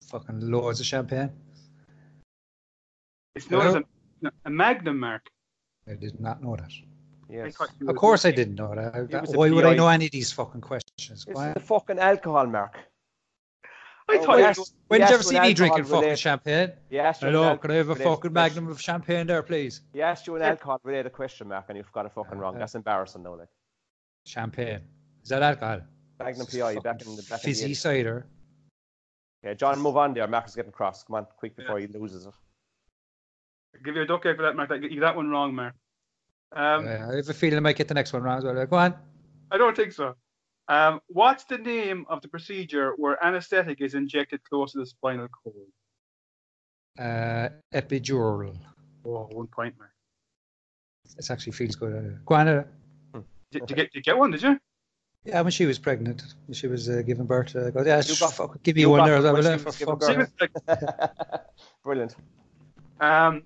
D: Fucking lords of champagne.
E: It's known
D: Hello?
E: as a, a magnum, Mark.
D: I did not know that.
E: I
A: Yes.
E: thought you
D: Of
E: were-
D: course I didn't know that. I-
A: was a
D: Why would I
A: PI.
D: know any of these fucking questions?
A: It's
D: Why-
A: the fucking alcohol, Mark.
E: I thought you
A: yes.
D: When did
A: Yes,
D: you ever see me
A: alcohol
D: drinking fucking
A: related-
D: champagne?
A: Yes, you
D: Hello,
A: an
D: could I have a
A: alcohol-related
D: fucking
A: question.
D: magnum of champagne there, please?
A: He asked you an
E: Yeah.
A: alcohol related question, Mark, and you've got it fucking wrong.
D: Uh,
A: That's embarrassing, though. Like
D: Champagne. Is that alcohol?
A: Magnum PI back in the back in the
D: Fizzy
A: 80s.
D: cider.
A: Yeah, John, move on there. Mark is getting cross. Come on, quick before he loses it.
E: I'll give you a duck egg for that, Mark. You got that one wrong, Mark. Um,
D: Uh, I have a feeling I might get the next one round as well. Go on.
E: I don't think so. Um, what's the name of the procedure where anesthetic is injected close to the spinal cord?
D: Uh, epidural.
E: Oh, one point, Mark.
D: It actually feels good. uh, Go on. uh,
E: Did, did you get, did you get one, did you?
D: Yeah, when she was pregnant, when she was uh, giving birth, uh, I go, yeah,
A: You got-
D: fuck, give me
A: you
D: one
A: got
D: there.
A: it
D: as well,
A: when
D: will
A: she
D: you, for
A: was giving
D: fuck's
A: birth.
D: sake.
A: Brilliant.
E: Um,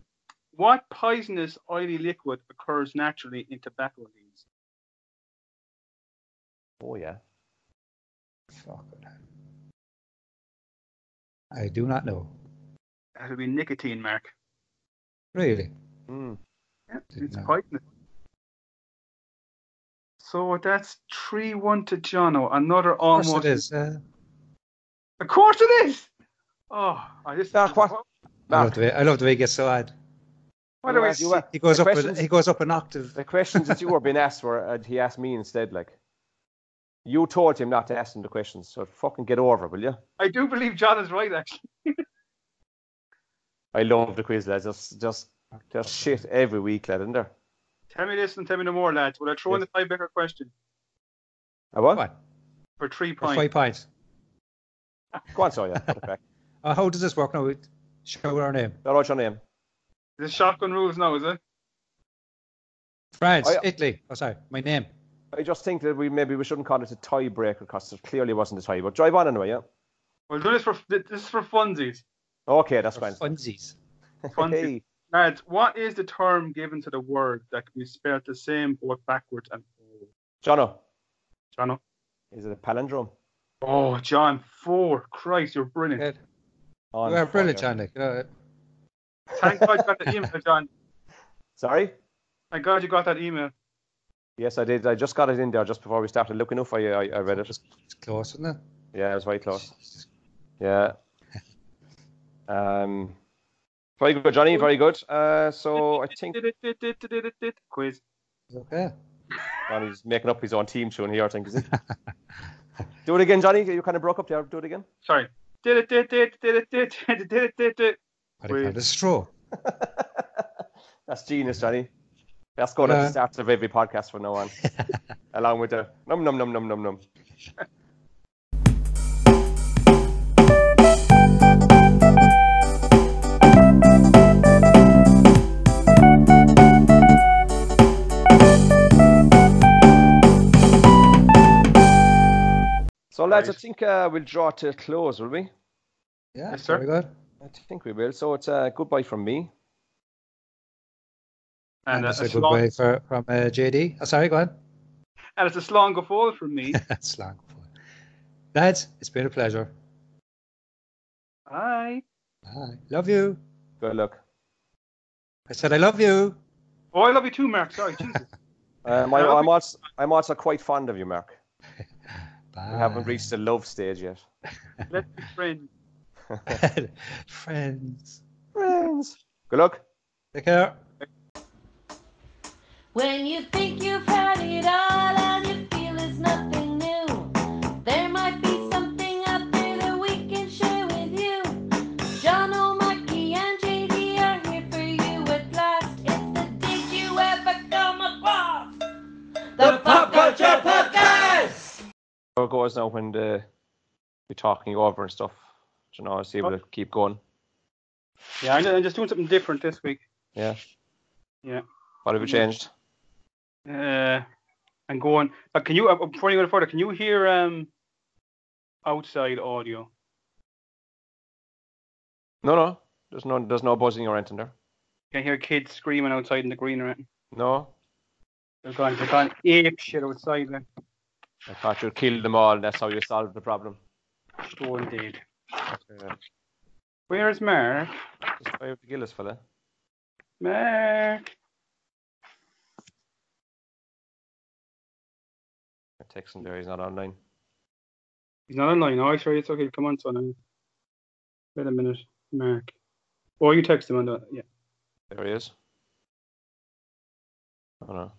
E: what poisonous oily liquid occurs naturally in tobacco leaves?
A: Oh, yeah.
D: Fucking hell. I do not know.
E: That'll be nicotine, Mark.
D: Really?
A: Mm.
E: Yeah,
D: Didn't
E: it's
D: know.
E: poison. So that's 3 1 to Jono. Another
D: Of
E: almost.
D: course it is. Uh,
E: Of course it is! Oh, I just.
A: Mark, what-
D: I,
A: Mark.
D: love the way, I love the way he gets so hard.
E: What are we
A: Mark, you were-
D: He goes
A: The
D: up. With,
A: questions-
D: he goes up an octave.
A: The questions that you were being asked were, uh, he asked me instead, like, you told him not to ask him the questions, so fucking get over it, will you?
E: I do believe John is right, actually.
A: I love the quiz, lads. Just, just, just shit every week, lad, isn't there?
E: Tell me this and tell me no more, lads. Will I throw in the
A: Yes.
E: tiebreaker question
A: I Uh, what?
D: What?
E: for three
D: For
E: points?
D: five points.
A: Go on, Sonia. Put it back.
D: Uh, how does this work now? We Show our name.
A: Now, what's your name?
E: The shotgun rules now, is it?
D: France,
A: I-
D: Italy. Oh, sorry, my name.
A: I just think that we maybe we shouldn't call it a tiebreaker because it clearly wasn't a tie. But drive on anyway, yeah.
E: We'll do this for this is for funsies,
A: Okay, that's fine.
D: Funsies.
E: funsies.
A: Hey,
E: lads. What is the term given to the word that can be spelled the same both backwards and forward?
A: Jono,
E: John,
A: is it a palindrome?
E: oh John, four Christ, you're brilliant.
D: Good.
A: On
D: You are brilliant,
A: fire.
D: John. Like, you know,
E: Thank God you got that email, John.
A: Sorry.
E: Thank God you got that email.
A: Yes, I did. I just got it in there just before we started looking up for you. I, I read it.
D: it's close, isn't it?
A: Yeah, it was very close. Yeah. Um. Very good, Johnny. Very good. Uh, so I think
E: quiz.
D: Okay.
A: Johnny's making up his own team soon here. I think is it? Do it again, Johnny. You kind of broke up there. Do it again.
E: Sorry. uh, Did it, did it, did it, did it, did it, did it.
D: What do you call
E: Quiz.
D: it? A straw.
A: That's genius, Johnny. That's going to
D: Yeah.
A: the start of every podcast from now on, along with the num num num num num num. So, lads, I
E: Right.
A: think uh, we'll draw to a close, will we?
D: Yeah,
E: Yes, sir.
D: very good.
A: I think we will. So, it's uh, goodbye from me.
E: And,
D: And
E: uh,
D: that's a
E: it's
D: good
E: long-
D: way for, from uh, JD. Oh, sorry, go on.
E: and it's a slong of all from me.
D: That's long. Lads, it's been a pleasure.
E: Aye.
D: Bye. Love you.
A: Good luck.
D: I said I love you.
E: Oh, I love you too, Mark. Sorry, Jesus.
A: Um, I, I'm, also, I'm also quite fond of you, Mark.
D: Bye.
A: We haven't reached the love stage yet.
E: Let's be friends.
D: Friends.
A: Friends. Good luck.
D: Take care.
C: When you think you've had it all and you feel it's nothing new, there might be something out there that we can share with you. John O'Mackey and JD are here for you at last. It's the Did You Ever Come Across? The Pop Culture Podcast!
A: How it goes now when the, you're talking over and stuff. Do you know, it's able to keep going.
E: Yeah, I know, I'm just doing something different this week.
A: Yeah.
E: Yeah.
A: What have you changed?
E: Uh, and going. Uh, can you uh, before you go further? Can you hear um outside audio?
A: No, no. There's no, there's no buzzing or anything there.
E: Can you hear kids screaming outside in the green room?
A: No.
E: They're gone. They're gone. Ape shit outside. Then
A: I thought you'd kill them all. That's how you solve the problem.
E: so indeed.
A: Yeah.
E: Where's Mark?
A: Just fire up the Gillis, fella.
E: Mark.
A: I text him there. He's not online.
E: He's not online. Oh, sorry. It's okay. Come on, son. Wait a minute, Mark. Or you text him on that. Yeah.
A: There he is. Oh no.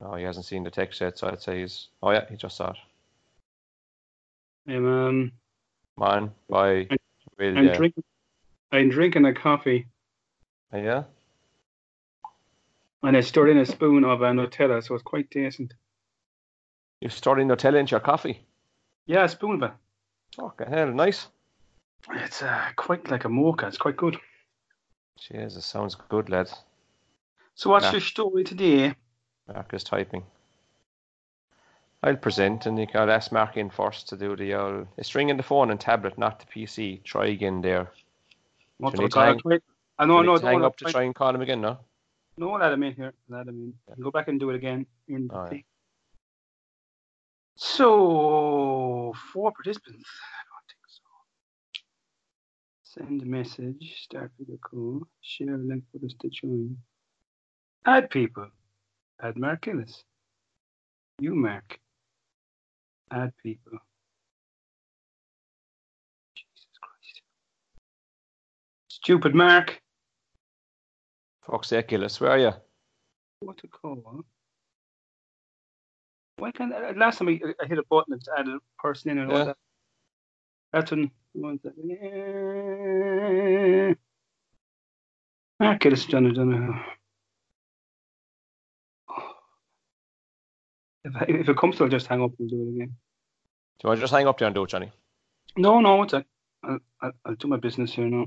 A: No, he hasn't seen the text yet, so I'd say he's. Oh yeah, he just saw it.
E: Um. um
A: Mine by. uh,
E: And-
A: Will,
E: I'm
A: yeah.
E: drinking. I'm drinking a coffee.
A: yeah.
E: And I stirred in a spoon of uh, Nutella, so it's quite decent.
A: You're starting Nutella into your coffee.
E: Yeah, a spoon of it.
A: Fucking hell, nice.
E: It's uh, quite like a mocha. It's quite good.
A: Jeez, it sounds good, lads.
E: So what's
A: Yeah.
E: your story today?
A: Mark is typing. I'll present and you can, I'll ask Mark in first to do the uh, old. It's ringing the phone and tablet, not the PC. Try again there.
E: What
A: Do you
E: the
A: need to hang-
E: Wait. I know,
A: You need
E: no,
A: to hang
E: don't
A: up to try and call him again, no?
E: No, let him in here. Let him in. Go back and do it again. In
A: All right.
E: the So, four participants. I don't think so. Send message, start video call, share link for us to join. Add people. Add Mark Illis. You, Mark. Add people. Jesus Christ. Stupid Mark.
A: Fuck's sake, Gillis, where are you?
E: What a call. Why can't uh, last time I, I hit a button it's added a person in and all
A: Yeah.
E: that. That's when one second. Mark Illis, John O'Donoghue. If, I- if it comes to it, I'll just hang up and do it again.
A: Do you want to just hang up there and do it, Johnny?
E: No, no, it's a, I'll, I'll, I'll do my business here now.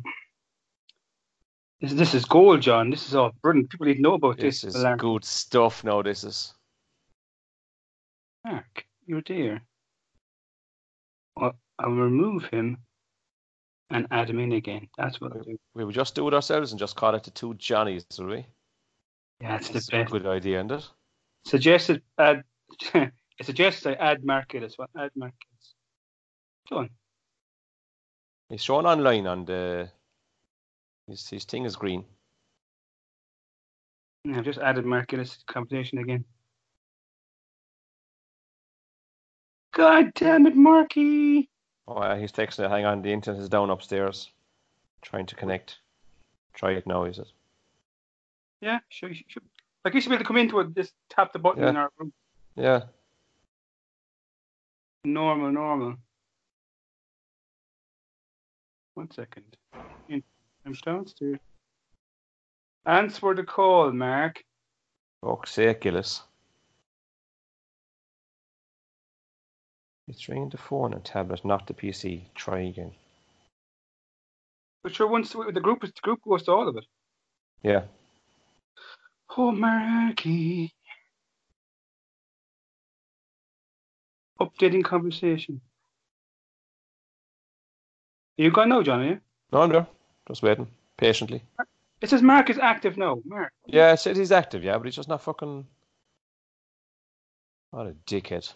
E: This, this is gold, John. This is all brilliant. People need to know about
A: This
E: this.
A: is
E: Alarm.
A: good stuff. No, this is.
E: Mark, you're there. Well, I'll remove him and add him in again. That's what I'll do.
A: We would just do it ourselves and just call it the two Johnnies, would we?
E: Yeah, it's the
A: That's a
E: best.
A: good idea, isn't it?
E: Suggested add. it suggests I add Mark as well. Add Mark Gillis. Go on.
A: He's shown online on the. His, his thing is green.
E: Yeah, I've just added Mark Gillis to the conversation again. God damn it, Marky!
A: Oh, yeah, he's texting it. Hang on, the internet is down upstairs. Trying to connect. Try it now, is it?
E: Yeah, sure. You should, should, like, you should be able to come into it, just tap the button
A: Yeah.
E: in our room.
A: Yeah.
E: Normal, normal. One second. In, I'm downstairs. Answer the call, Mark.
A: Fuck's sake, Gillis. It's ringing the phone and tablet, not the PC. Try again.
E: But sure, once we- the group is, the group goes to all of it.
A: Yeah.
E: Oh, Marky. Updating conversation. You gone now, John? Are you?
A: No, no. Just waiting. Patiently.
E: It says Mark is active now. Mark.
A: Yeah, it said he's active, yeah, but he's just not fucking. What a dickhead.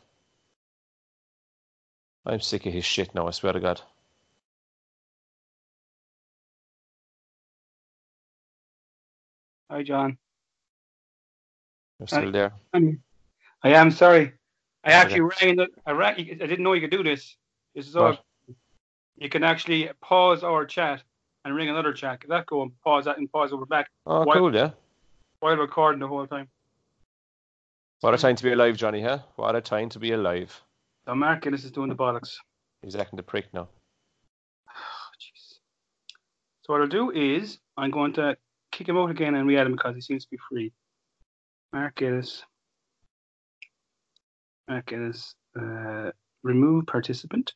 A: I'm sick of his shit now, I swear to God.
E: Hi, John.
A: You're
E: Right.
A: still there.
E: I am sorry. I actually
A: Okay.
E: rang. The, I rang. I didn't know you could do this. This is all.
A: Right.
E: You can actually pause our chat and ring another chat. That go and pause that and pause over back
A: Oh,
E: Why-
A: cool, yeah.
E: while recording the whole time.
A: What
E: Hmm.
A: a time to be alive, Johnny, huh? What a time to be alive.
E: So Mark Guinness is doing the bollocks.
A: He's acting the prick now.
E: Oh, jeez. So what I'll do is I'm going to kick him out again and re-add him because he seems to be free. Mark Guinness. Mark Guinness. Uh, remove participant.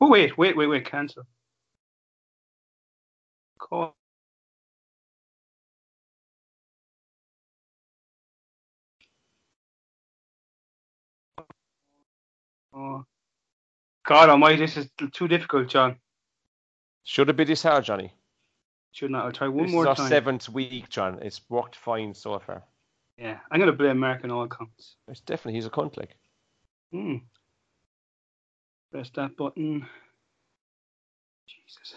E: Oh wait, wait, wait, wait. Cancel. Call. Oh. God almighty, this is too difficult, John.
A: Should it be this hard, Johnny?
E: Should not. I'll try one
A: this
E: more
A: is our
E: time.
A: seventh week, John. It's worked fine so far.
E: Yeah, I'm going to blame Mark on all counts.
A: It's definitely he's a cunt like.
E: Hmm. Press that button. Jesus.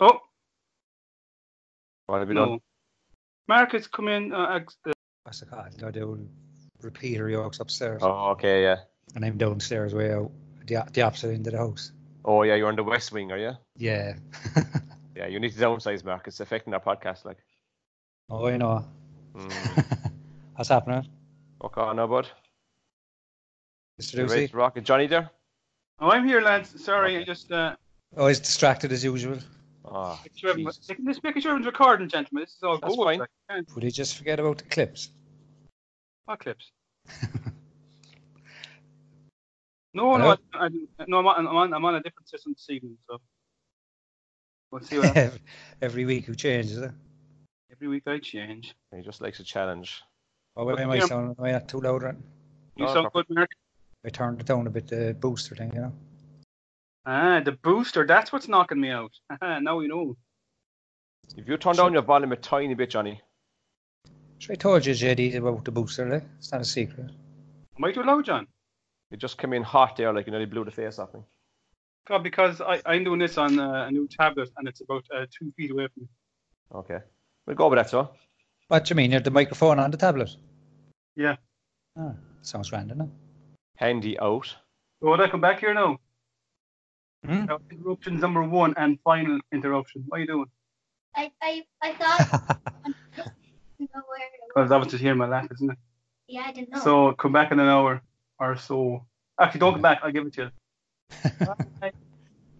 E: Oh,
A: What have you done?
E: no. Mark has come in. Uh, ex- uh,
D: What's it called? They're doing repeater yokes upstairs,
A: Oh, okay, yeah.
D: and I'm downstairs, way out the, the opposite end of the house.
A: Oh, yeah, you're on the West Wing, are you?
D: Yeah.
A: Yeah, you need to downsize, Mark. It's affecting our podcast, like.
D: oh, you know.
A: Mm.
D: What's happening?
A: Fuck on now, bud.
D: Mr.
A: You
D: Lucy?
A: ready to rock it? Johnny there?
E: oh, I'm here, lads. Sorry, I
A: Okay.
E: just. Uh,
D: Oh, he's distracted as usual.
A: Oh,
E: making sure everyone-
A: Jesus.
E: just making sure everyone's recording, gentlemen. This is all
A: That's
E: gold,
A: fine.
E: like, can't-
D: Would he just forget about the clips?
E: What clips? no, no,
D: Hello?
E: I, I, no. I'm on, I'm on. I'm on a different system this evening, so we'll see what happens.
D: Every week you change, is it?
E: Every week I change.
A: he just likes a challenge.
D: Oh, wait, am I
E: Yeah.
D: sounding? Am I not too loud? or anything?
E: You
A: No,
E: sound
A: proper.
E: good, Mark.
D: I turned it down a bit, the booster thing, you know?
E: Ah, the booster. That's what's knocking me out. Ah, now we know.
A: If you turn down your volume a tiny bit, Johnny,
D: Sure, I told you, JD, about the booster. Like. It's not a secret.
E: Am I too loud, John?
A: It just came in hot there, like, you know, he blew the face off me.
E: God, because I, I'm doing this on uh, a new tablet and it's about uh, two feet away from me.
A: Okay. We'll go with that, so.
D: What do you mean? You had the microphone on the tablet?
E: Yeah.
D: Oh, sounds random. eh? no?
A: Handy out.
E: So would I come back here now?
D: Hmm?
E: Now, Interruption number one and final interruption. What are you doing?
F: I, I, I thought you know where it was.
E: Because that was just hearing my laugh, isn't it?
F: Yeah, I didn't know.
E: So come back in an hour or so. Actually, don't come back. I'll give it to you.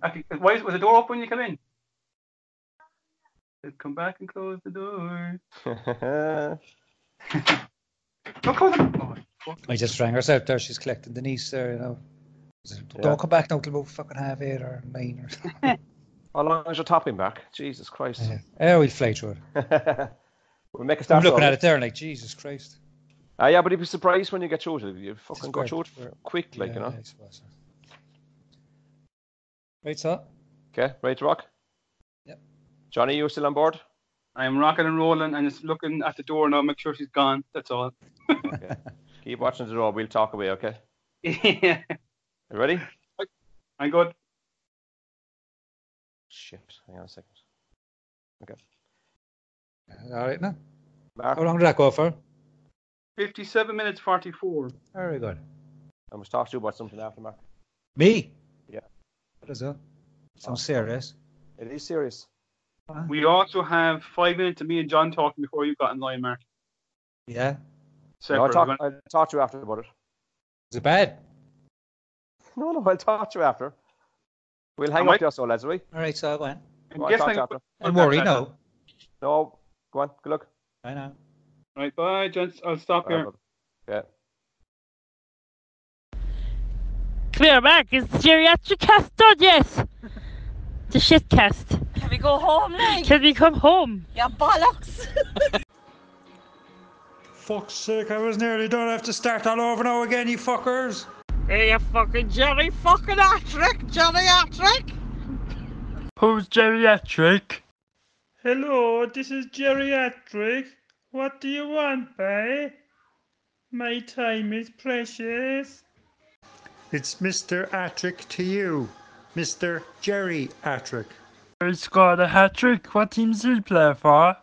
E: Actually, why is, was the door open when you come in? Said, Come back and close the door. Don't close the door.
D: I just rang herself there. She's collecting the niece there, you know.
A: Yeah.
D: Don't come back now till about fucking half eight or nine or something.
A: How long is your topping back? Jesus Christ.
D: Yeah, we'll fly through it.
A: we'll make a
D: I'm
A: start.
D: looking
A: though.
D: at it there and like, Jesus Christ.
A: Ah, yeah, but you'd be surprised when you get through it. You fucking got
D: It's
A: through
D: weird,
A: it
D: weird.
A: quick, like,
D: Yeah,
A: you know.
D: I suppose so. Right, so.
A: Okay, ready to rock?
D: Yep.
A: Johnny, you still on board?
E: I'm rocking and rolling and just looking at the door now, make sure she's gone. That's all.
A: Okay. Keep watching the door. We'll talk away, okay?
E: yeah,
A: You ready?
E: I'm good.
A: Shit. Hang on a second.
D: All right, now.
A: Mark,
D: How long did that go for?
E: 57 minutes 44.
D: Very good.
A: I must talk to you about something after, Mark.
D: Me?
A: Yeah.
D: What is that?
A: Oh.
D: Sounds serious.
A: It is serious.
E: We also have five minutes of me and John talking before you got in line, Mark.
D: Yeah.
A: No, I'll,
E: Separate.
A: talk, I'll talk to you after about it.
D: Is it bad?
A: No, no, I'll talk to you after. We'll hang
E: Am
A: up
E: I-
A: there, so lads, will we?
D: All right, so go on.
A: Go on,
E: Yes,
A: talk
E: I-
A: to you after.
D: I'm
E: Okay,
D: worried
E: okay.
D: now.
A: No, go on. Good luck.
D: I know.
E: Right, bye, gents. I'll stop
A: Bye,
E: here.
A: brother. Yeah.
G: Clear back is geriatric cast on, yes! The shit cast.
H: Can we go home now?
G: Can we come home?
H: Yeah, bollocks.
D: Fuck's sake, I was nearly done. I have to start all over now again, you fuckers.
G: Hey, you fucking Jerry.
H: Fucking Atrick, Johnny Atrick.
G: Who's geriatric?
I: Hello, this is geriatric. What do you want, babe? My time is precious.
J: It's Mr. Attrick to you, Mr. Jerry Attrick.
I: He scored a hat trick. What team's he play for?